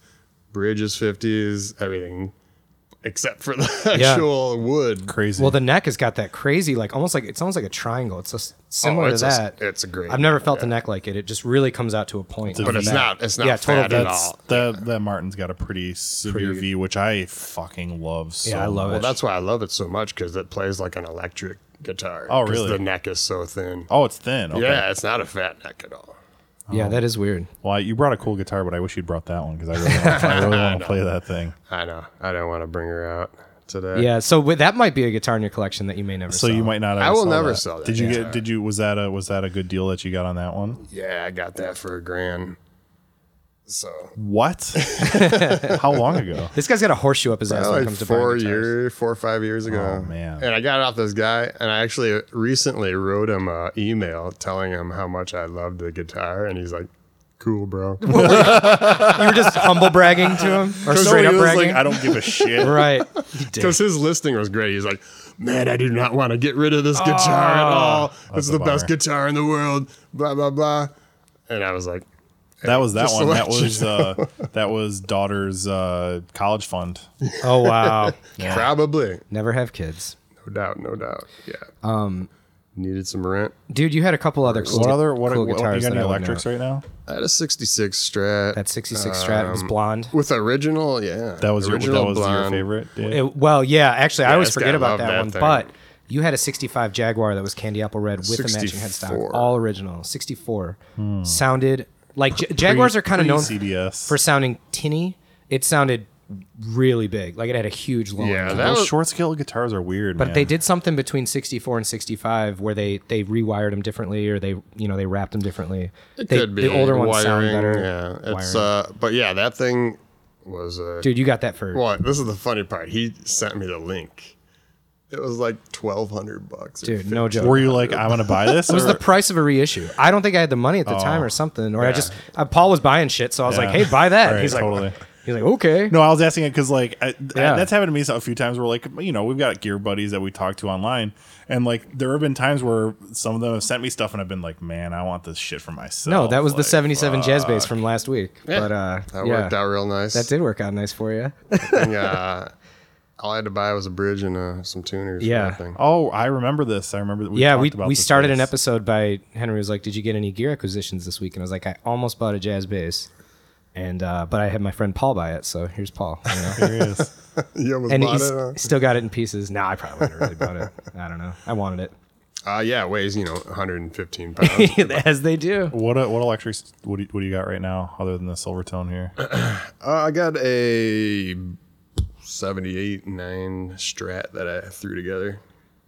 C: bridge is 50s, everything except for the
B: Yeah.
C: actual wood.
A: crazy.
B: well the neck has got that crazy like almost like it's almost like a triangle. It's just similar
C: Oh,
B: to
C: it's a-
B: that.
C: it's a great.
B: I've never felt the neck like it. It just really comes out to a point.
C: but it's
B: Yeah.
C: not. It's not
B: Yeah, total
C: fat at
A: that's
C: all.
A: that that Martin's got a pretty severe V, which I fucking love. So
B: Yeah, I
A: much.
B: love it.
C: Well, that's why I love it so much because it plays like an electric guitar.
A: Oh,
C: 'cause
A: really?
C: The neck is so thin.
A: Oh, it's thin. Okay.
C: Yeah, it's not a fat neck at all.
B: Yeah, that is weird.
A: Well, I- you brought a cool guitar, but I wish you'd brought that one because I really want to, I really want to play that thing.
C: I know. I don't want to bring her out today.
B: Yeah, so with, that might be a guitar in your collection that you may never.
A: So you might not. Ever
C: I will
A: sell
C: never
A: that.
C: sell that
A: Did you
C: guitar.
A: get? Did you? Was that a was that a good deal that you got on that one?
C: Yeah, I got that for a grand. So
A: What? How long ago?
B: This guy's got a horseshoe up his ass when it
C: like
B: comes to buying
C: four
B: guitars.
C: year, four or five years ago.
A: Oh, man.
C: And I got it off this guy, and I actually recently wrote him an email telling him how much I loved the guitar, and he's like, "Cool, bro."
B: You were just humble bragging to him, or
A: So
B: straight
A: he
B: up
A: was
B: bragging.
A: like, I don't give a shit.
B: right. You did.
C: Because his listing was great. He's like, man, I do not want to get rid of this guitar at all. It's
A: Oh, a
C: the best
A: bummer.
C: guitar in the world. Blah blah blah. And I was like,
A: That was that
C: Just to
A: one. That
C: let you
A: was uh, that was daughter's uh, college fund.
B: Oh wow.
C: probably,
B: Never have kids,
C: no doubt, no doubt. Yeah. Um, needed some rent.
B: dude. You had a couple other cool.
A: What other what,
B: cool
A: what, you
B: guitars
A: got
B: that
A: any
B: I would
A: electrics
B: know.
A: right now?
C: I had a '66 Strat.
B: That '66 Strat it was
C: um,
B: blonde.
C: with original. Yeah,
A: That was your
C: original
A: that was
C: blonde.
A: your favorite. Yeah.
B: It- well, yeah. Actually, I always
C: this guy
B: forget about
C: loved
B: that,
C: that
B: one.
C: thing.
B: But you had a '65 Jaguar that was candy apple red with a matching headstock,
C: 64.
B: all original. '64
A: Hmm.
B: sounded like Ja- Jaguars are kind of known
A: CBS.
B: for sounding tinny. It sounded really big, like it had a huge low.
C: Yeah,
B: end.
C: that
A: Those
C: was-
A: short scale guitars are weird,
B: But
A: man.
B: they did something between 64 and 65 where they they rewired them differently or they you know they wrapped them differently.
C: It
B: They-
C: could be
B: the older ones sound
C: wiring,
B: better.
C: Yeah, it's
B: wiring.
C: uh, but yeah, that thing was a
B: Dude, you got that for
C: Well, this is the funny part. He sent me the link. It was like twelve hundred bucks. or
B: dude, no joke.
A: Were you like, I'm gonna buy this?
B: it was
A: or-
B: the price of a reissue. I don't think I had the money at the time or something, or I just uh, Paul was buying shit, so I was
A: Oh, Yeah.
B: like, "Hey, buy that."
A: Right,
B: he's like,
A: totally.
B: "He's like, okay."
A: No, I was asking it because like I,
B: Yeah.
A: that's happened to me a few times. Where like you know we've got gear buddies that we talk to online, and like there have been times where some of them have sent me stuff, and I've been like, man, I want this shit for myself.
B: No, that was the
A: Like, uh,
B: 77 jazz bass from last week. But uh,
C: That
B: yeah,
C: worked out real nice.
B: That did work out nice for you.
C: And, uh, all I had to buy was a bridge and uh, some tuners. for
B: Yeah.
C: that thing.
A: Oh, I remember this. I remember. That we
B: yeah,
A: talked
B: we,
A: about
B: we
A: this
B: started an
A: place.
B: episode by Henry was like, "Did you get any gear acquisitions this week?" And I was like, "I almost bought a jazz bass." And uh, but I had my friend Paul buy it, so here's Paul. you know?
A: Here it is.
C: You almost
B: and
C: bought
B: he's
C: it. huh?
B: still got it in pieces. Nah, I probably wouldn't have really bought it. I don't know. I wanted it.
C: Uh, yeah, it weighs you know 115 pounds.
B: As they do.
A: What uh, what electrics? What do, you, what do you got right now other than the silver tone here?
C: uh, I got a 78 nine Strat that I threw together.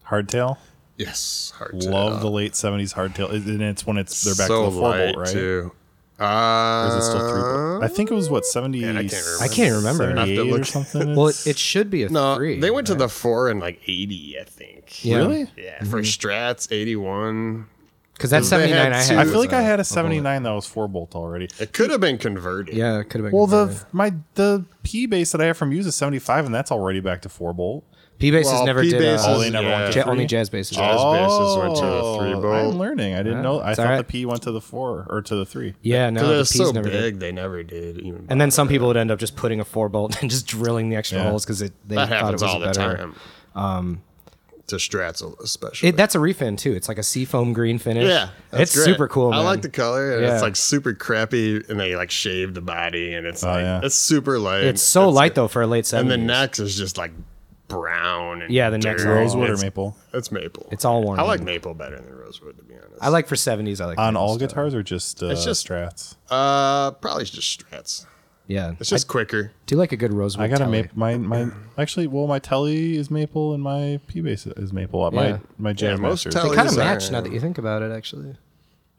A: Hardtail.
C: Yes, hard uh,
A: Love the late seventies hardtail, It- and it's when it's they're back to the four volt, right?
C: Too. Uh,
A: Or is it still three? volt? I think it was what seventy.
C: I can't remember.
B: I can't remember.
C: I'll have to
A: 78 or
C: look.
A: something.
B: Well,
A: It's-
B: it, it should be a
C: no,
B: three.
C: they went to the four and like 80, I think.
B: Yeah. Mm-hmm.
A: really.
C: Yeah, for Strats, 81.
B: because that's
C: They
B: seventy
C: had
B: nine. I
C: two-
A: I
B: had.
C: It
A: feel
C: was
A: like I
C: a-
A: had a 79 that was four bolt already.
C: It could have been converted.
B: yeah, could have been.
A: Well, the my the P base that I have from use is 75, and that's already back to four bolt.
B: P basses
C: Well,
B: never did.
C: P-basses,
B: uh,
A: Oh, they never went
B: ja-
A: to
B: only
A: three?
B: jazz basses.
C: Jazz bases went to the three
A: Oh, I'm
C: bolt.
A: learning. I didn't know. I
B: it's
A: thought
B: all
A: the
B: right.
A: P went to the four or to the three.
B: Yeah, no,
C: They're
B: the P's
C: so
B: never
C: big,
B: did.
C: they never did. Even
B: And then some people would end up just putting a four bolt and just drilling the extra
A: Yeah.
B: holes because they
C: that
B: thought it was
C: happens all the
B: better. um,
C: time. to Strats especially.
B: It, that's a refin too. It's like a seafoam green finish.
C: yeah, that's
B: it's
C: great.
B: super cool. Man.
C: I like the color. And
B: Yeah.
C: It's like super crappy, and they like shave the body, and it's like
A: Oh, yeah.
C: it's super light.
B: It's so light though for a late
C: and
B: seventies.
C: the neck is just like brown. And
B: Yeah, the neck's
C: dirty.
A: Rosewood
B: rosewood
A: or
C: It's-
A: Oh, maple
C: It's maple.
B: It's all worn
C: I like
B: in.
C: maple better than rosewood, to be honest.
B: I like for seventies. I like
A: on
B: that
A: all
B: stuff.
A: guitars or just uh,
C: It's just-
A: strats.
C: uh probably just Strats.
B: Yeah,
C: It's just quicker.
B: I do like a good rosewood.
A: I got a
B: telly.
A: maple. My my actually, well, my telly is maple and my P base is maple. Uh, My
B: Yeah.
A: my jazz
C: most
A: masters.
C: tellys-
B: They kind of
C: Sorry.
B: match now that you think about it. Actually,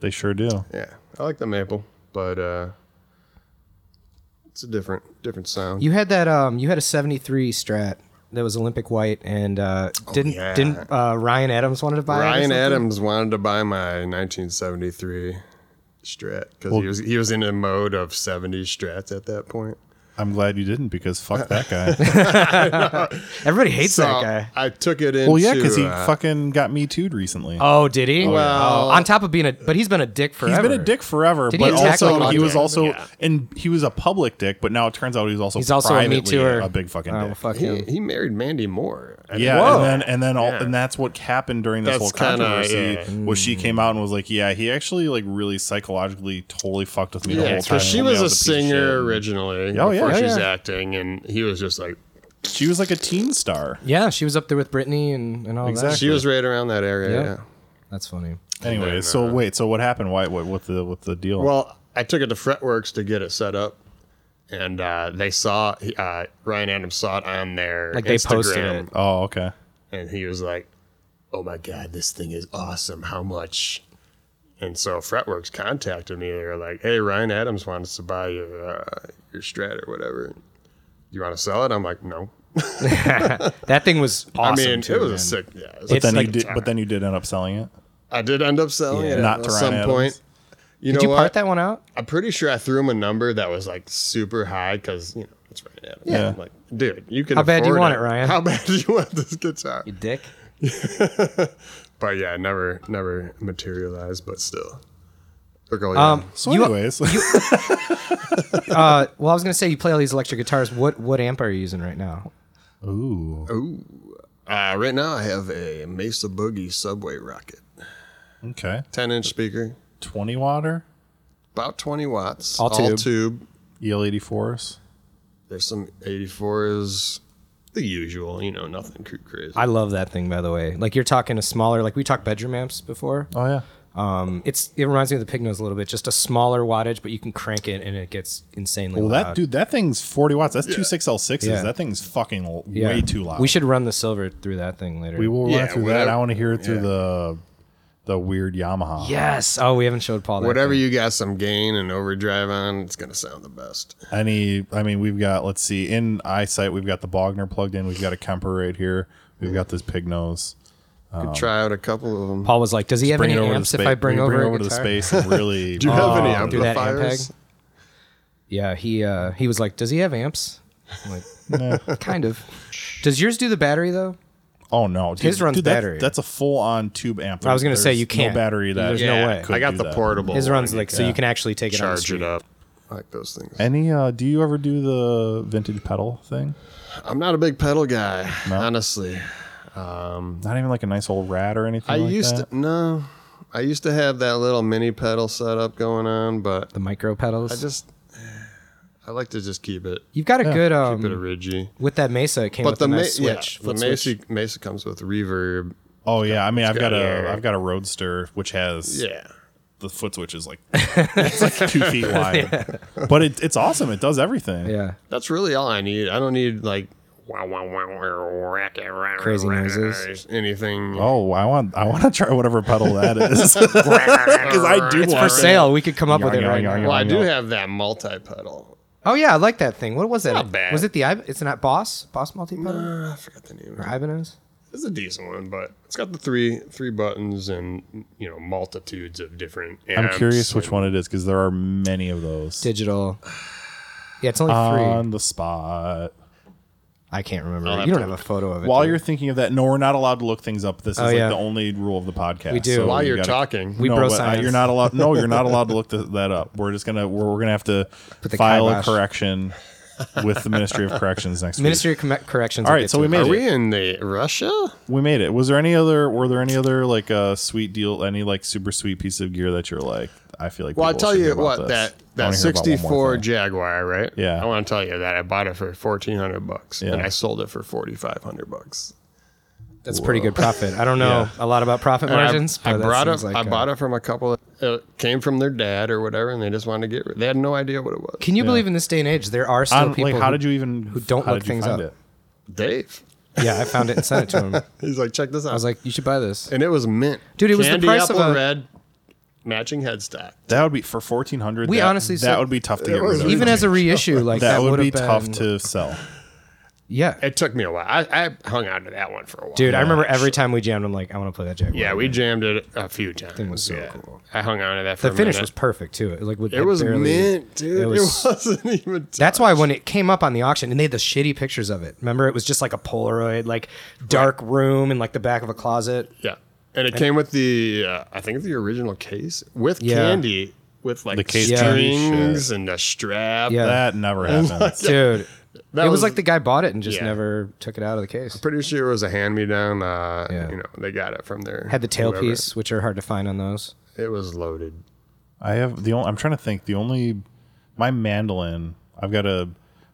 A: they sure do.
C: Yeah, I like the maple, but uh, it's a different different sound.
B: you had that. Um, you had a seventy-three Strat that was Olympic white, and uh, didn't
C: Oh, yeah.
B: didn't uh, Ryan Adams wanted to buy it or
C: Ryan
B: something?
C: Adams wanted to buy my 1973 Strat because he was he was in a mode of 70s Strats at that point.
A: I'm glad you didn't because fuck that guy.
B: Everybody hates
C: So
B: that guy.
C: I took it into.
A: well, yeah, because he
C: uh,
A: fucking got me too'd recently.
B: Oh, did he? Oh,
C: Well-
B: on top of being a, but he's been a dick forever.
A: He's been a dick forever,
B: Did he
A: but
B: attack
A: also
B: like
A: he
B: a
A: was
C: dick?
A: also
C: Yeah.
A: and he was a public dick, but now it turns out he was also
B: He's also a Me
A: privately
B: Too'er.
A: a big fucking
B: Oh,
A: dick.
B: fuck
C: he,
B: him.
C: he married Mandy Moore. I
A: Yeah,
C: didn't know
A: and
C: that.
A: then and then all
C: Yeah.
A: and that's what happened during this
C: That's
A: whole
C: kinda-
A: controversy
C: yeah.
A: was she
B: Mm.
A: came out and was like, yeah, he actually like really psychologically totally fucked with me the
C: Yeah,
A: whole
C: 'cause
A: time.
C: she
A: told me
C: was
A: I
C: a
A: piece of
C: singer
A: shit.
C: originally.
A: Oh, yeah,
C: before
A: yeah,
C: she was
A: yeah.
C: acting, and he was just like
A: She was like a teen star.
B: yeah, she was up there with Britney and, and all
A: Exactly.
C: she was right around that area.
B: Yeah.
C: yeah.
B: that. That's funny.
A: Anyway,
C: then,
A: so wait, so what happened? Why? What? What the? What the deal?
C: Well, I took it to Fretworks to get it set up, and uh, they saw he- uh, Ryan Adams saw it on their
B: Like, they posted
C: Instagram,
B: it.
A: oh, okay.
C: and he was like, "Oh my god, this thing is awesome! How much?" And so Fretworks contacted me. They were like, "Hey, Ryan Adams wants to buy your uh, your Strat or whatever. You want to sell it?" I'm like, "No."
B: That thing was awesome.
C: I mean,
B: too,
C: it was
B: man.
C: a sick. Yeah, it was
B: It's
A: then
B: like-
A: you did, but then you did end up selling it.
C: I did end up selling
B: Yeah.
C: it
A: Not
C: at
A: to Ryan
C: some
A: Adams.
C: point. You know
B: Did you
C: what?
B: part that one out?
C: I'm pretty sure I threw him a number that was like super high because you know it's Ryan Adams.
A: Yeah.
C: I'm like, dude, you can.
B: How bad do you
C: afford
B: want it, Ryan?"
C: How bad do you want this guitar?
E: You dick.
C: But yeah, never, never materialized. But still, look all
B: Um,
A: So,
B: you-
A: anyways,
B: uh, well, I was gonna say you play all these electric guitars. What what amp are you using right now?
A: ooh,
C: uh, right now I have a Mesa Boogie Subway Rocket,
A: okay,
C: 10 inch speaker,
A: twenty water
C: about 20 watts,
B: All tube.
C: tube.
A: EL E eighty fours.
C: There's some 84s, the usual. You know, nothing cr- crazy.
B: I love that thing, by the way. Like you're talking a smaller, like we talked bedroom amps before.
A: Oh yeah,
B: Um, it's it reminds me of the pig nose a little bit, just a smaller wattage, but you can crank it and it gets insanely
A: well
B: loud.
A: that dude, that thing's forty watts. That's two six L sixes.
B: Uh, Yeah.
A: That thing's fucking l-
B: Yeah.
A: way too loud.
B: We should run the silver through that thing later.
A: We will run
C: Yeah,
A: through that.
C: whatever.
A: I want to hear it through the the weird Yamaha.
B: Yes. Oh, we haven't showed Paul that.
C: Whatever
B: thing.
C: you got some gain and overdrive on, it's gonna sound the best.
A: Any, I mean, we've got. Let's see. In eyesight, we've got the Bogner plugged in. We've got a Kemper right here. We've got this pig nose.
C: Could try out a couple of them.
B: Paul was like, "Does he have
A: Bring
B: any
A: it over to
B: amps
A: space.
B: if I bring, over,
A: it
B: a
A: over to the
B: guitar?
A: space and really.
C: Do you have any
B: Oh, do that amp
C: amplifiers?
B: peg? Yeah, he uh, he was like, "Does he have amps?" I'm like, kind of. Does yours do the battery though?
A: oh no, dude,
B: His runs
A: dude, that-
B: battery.
A: That's a full on tube amp.
B: I was gonna say,
A: There's
B: you can't.
A: No battery that.
B: There's no Yeah, way.
A: could
C: I got
A: do
C: the
A: that.
C: portable.
B: His runs
C: one.
B: like so you can actually take it on the
C: charge
B: street.
C: it up. I like those things.
A: Any? uh Do you ever do the vintage pedal thing?
C: I'm not a big pedal guy,
A: No?
C: honestly.
A: Not even like a nice old rat or anything.
C: I
A: like
C: used
A: that?
C: to no, I used to have that little mini pedal setup going on, but
B: The micro pedals.
C: I just I like to just keep it
B: You've got a good
C: keep it a
B: um,
C: ridgy.
B: with that Mesa. It came
C: But
B: with
C: the
B: a
C: ma-
B: nice switch.
C: yeah, the
B: flip
C: Mesa
B: switch.
C: Mesa comes with reverb.
A: Oh yeah, I mean, I've got
C: got
A: a,
C: air.
A: I've got a Roadster which has
C: Yeah,
A: the foot switch is like it's like two feet wide, but it, it's awesome. It does everything.
B: Yeah,
C: that's really all I need. I don't need like wow wow wow wow rack, rack, rack,
B: Crazy
C: rack,
B: noises.
C: anything.
A: Oh, I want I want to try whatever pedal that is because
C: because
A: I do
B: it's for
A: want it.
B: sale. We could come up with it
A: Yarn,
B: right
A: yarn,
B: now.
A: yarn.
C: Well, I do have that multi pedal.
B: Oh yeah, I like that thing. What was that?
C: Not bad.
B: Was it the Ib- it's not Boss Boss multi pedal
C: Uh, I forgot the name.
B: or Ibanez?
C: It's a decent one, but it's got the three three buttons and you know multitudes of different.
A: I'm
C: amps
A: curious which
C: and-
A: one it is because there are many of those.
B: Digital. Yeah, it's only three.
A: on the spot.
B: I can't remember.
C: I'll have
B: You don't
C: to
B: have a photo of it.
A: While
B: do you?
A: you're thinking of that, no, we're not allowed to look things up. This is
B: Oh,
A: like
B: yeah.
A: the only rule of the podcast.
B: We do.
C: While
A: you
C: you're
A: gotta-
C: talking,
B: We
A: no,
B: bro
A: but, uh,
B: science.
A: you're not allowed. No, you're not allowed to look th- that up. We're just gonna. We're, we're gonna have to
B: the
A: file a
B: kibosh.
A: correction with the Ministry of Corrections next
B: Ministry
A: week.
B: of Com- Corrections.
A: All
B: will
A: right,
B: get
A: so we
B: to it.
A: made
C: are
A: it.
C: we in the Russia?
A: We made it. Was there any other? Were there any other like uh, sweet deal? Any like super sweet piece of gear that you're like? I feel like.
C: Well, I
A: people
C: tell
A: should hear
C: you
A: about this.
C: what that
A: I wanna
C: that
A: hear about one more
C: '64
A: thing.
C: Jaguar, right?
A: Yeah.
C: I want to tell you that I bought it for fourteen hundred bucks, and
A: Yeah.
C: I sold it for forty five hundred bucks.
B: That's pretty good profit. I don't know a lot about profit
C: And I-
B: margins.
C: I,
B: but that
C: brought it.
B: seems Like
C: I
B: uh,
C: bought it from a couple. That, uh, came from their dad or whatever, and they just wanted to get. rid They had no idea what it was.
B: Can you believe in this day and age there are still
A: I don't-
B: people?
A: like, how
B: who-
A: did you even? Who
B: don't look things up.
C: Dave.
B: Yeah, I found it and sent it to him. I
C: He's like, check this out.
B: was like, you should buy this.
C: and it was mint,
B: Dude, it was the
C: Candy
B: price of
C: apple
B: a-
C: red, matching headstock.
A: That would be for fourteen hundred.
B: We
A: that,
B: honestly
A: that
B: said-
A: would be tough to get
C: was
A: rid of.
B: Even as a reissue, like
A: that,
B: that,
A: would
B: would've
A: be tough
B: been-
A: to sell.
B: Yeah,
C: It took me a while. I, I hung on to that one for a while.
B: dude. I remember every time we jammed, I'm like, I want to play that Jaguar.
C: Yeah, we jammed it a few times.
B: thing was so
C: yeah.
B: cool.
C: I hung on to that for
B: The
C: a
B: finish
C: minute.
B: was perfect too. It, Like with
C: It was
B: barely-
C: mint, dude.
B: It
C: It,
B: was-
C: was, not even.
B: That's why when it came up on the auction, and they had the shitty pictures of it. Remember, it was just like a Polaroid, like dark room and like the back of a closet.
C: yeah, and it came with the uh, I think the original case with
B: Yeah.
C: candy with like
A: The case candy
C: strings
A: shit.
C: and a strap.
B: Yeah.
A: That never happens.
B: Dude,
C: That
B: it was,
C: was-
B: like the guy bought it and just
C: yeah.
B: never took it out of the case.
C: Pretty sure it was a hand me down. Uh,
B: Yeah.
C: You know, they got it from there.
B: Had the tailpiece, which are hard to find on those.
C: It was loaded.
A: I have the only. I'm trying to think. The only my mandolin. I've got a.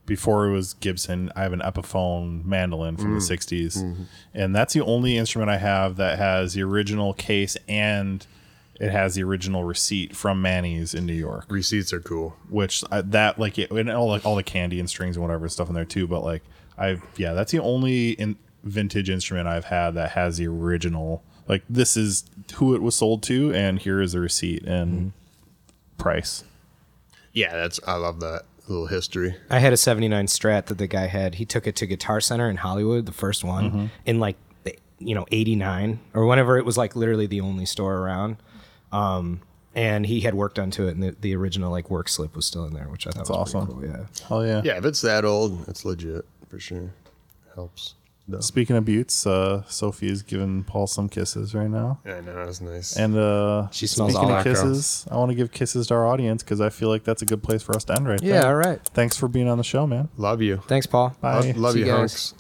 A: Before it was Gibson, I have an Epiphone mandolin from the '60s, and that's the only instrument I have that has the original case and it has the original receipt from Manny's in New York.
C: Receipts are cool.
A: Which I, that like it, and all like all the candy and strings and whatever stuff in there too. But like I yeah, that's the only in, vintage instrument I've had that has the original like this is who it was sold to, and here is the receipt and
B: Mm-hmm.
A: price.
C: Yeah, that's I love that little history.
B: I had a 79 Strat that the guy had. He took it to Guitar Center in Hollywood, the first one, in like, the, you know, 89 or whenever it was like literally the only store around. Um, and he had worked onto it, and the, the original like work slip was still in there, which I thought was
A: awesome.
B: Pretty cool. Yeah.
A: Oh yeah.
C: Yeah, if it's that old, it's legit for sure. Helps. No.
A: Speaking of buttes, uh, Sophie is giving Paul some kisses right now.
C: I know that's nice.
A: And uh,
B: She smells
A: speaking
B: all
A: of
B: that, girl.
A: kisses, I want to give kisses to our audience because I feel like that's a good place for us to end right
B: Yeah.
A: there.
B: All right.
A: Thanks for being on the show, man.
C: love you.
B: Thanks, Paul.
A: Bye.
C: Love, love
B: See
C: you,
B: you guys.
C: hunks.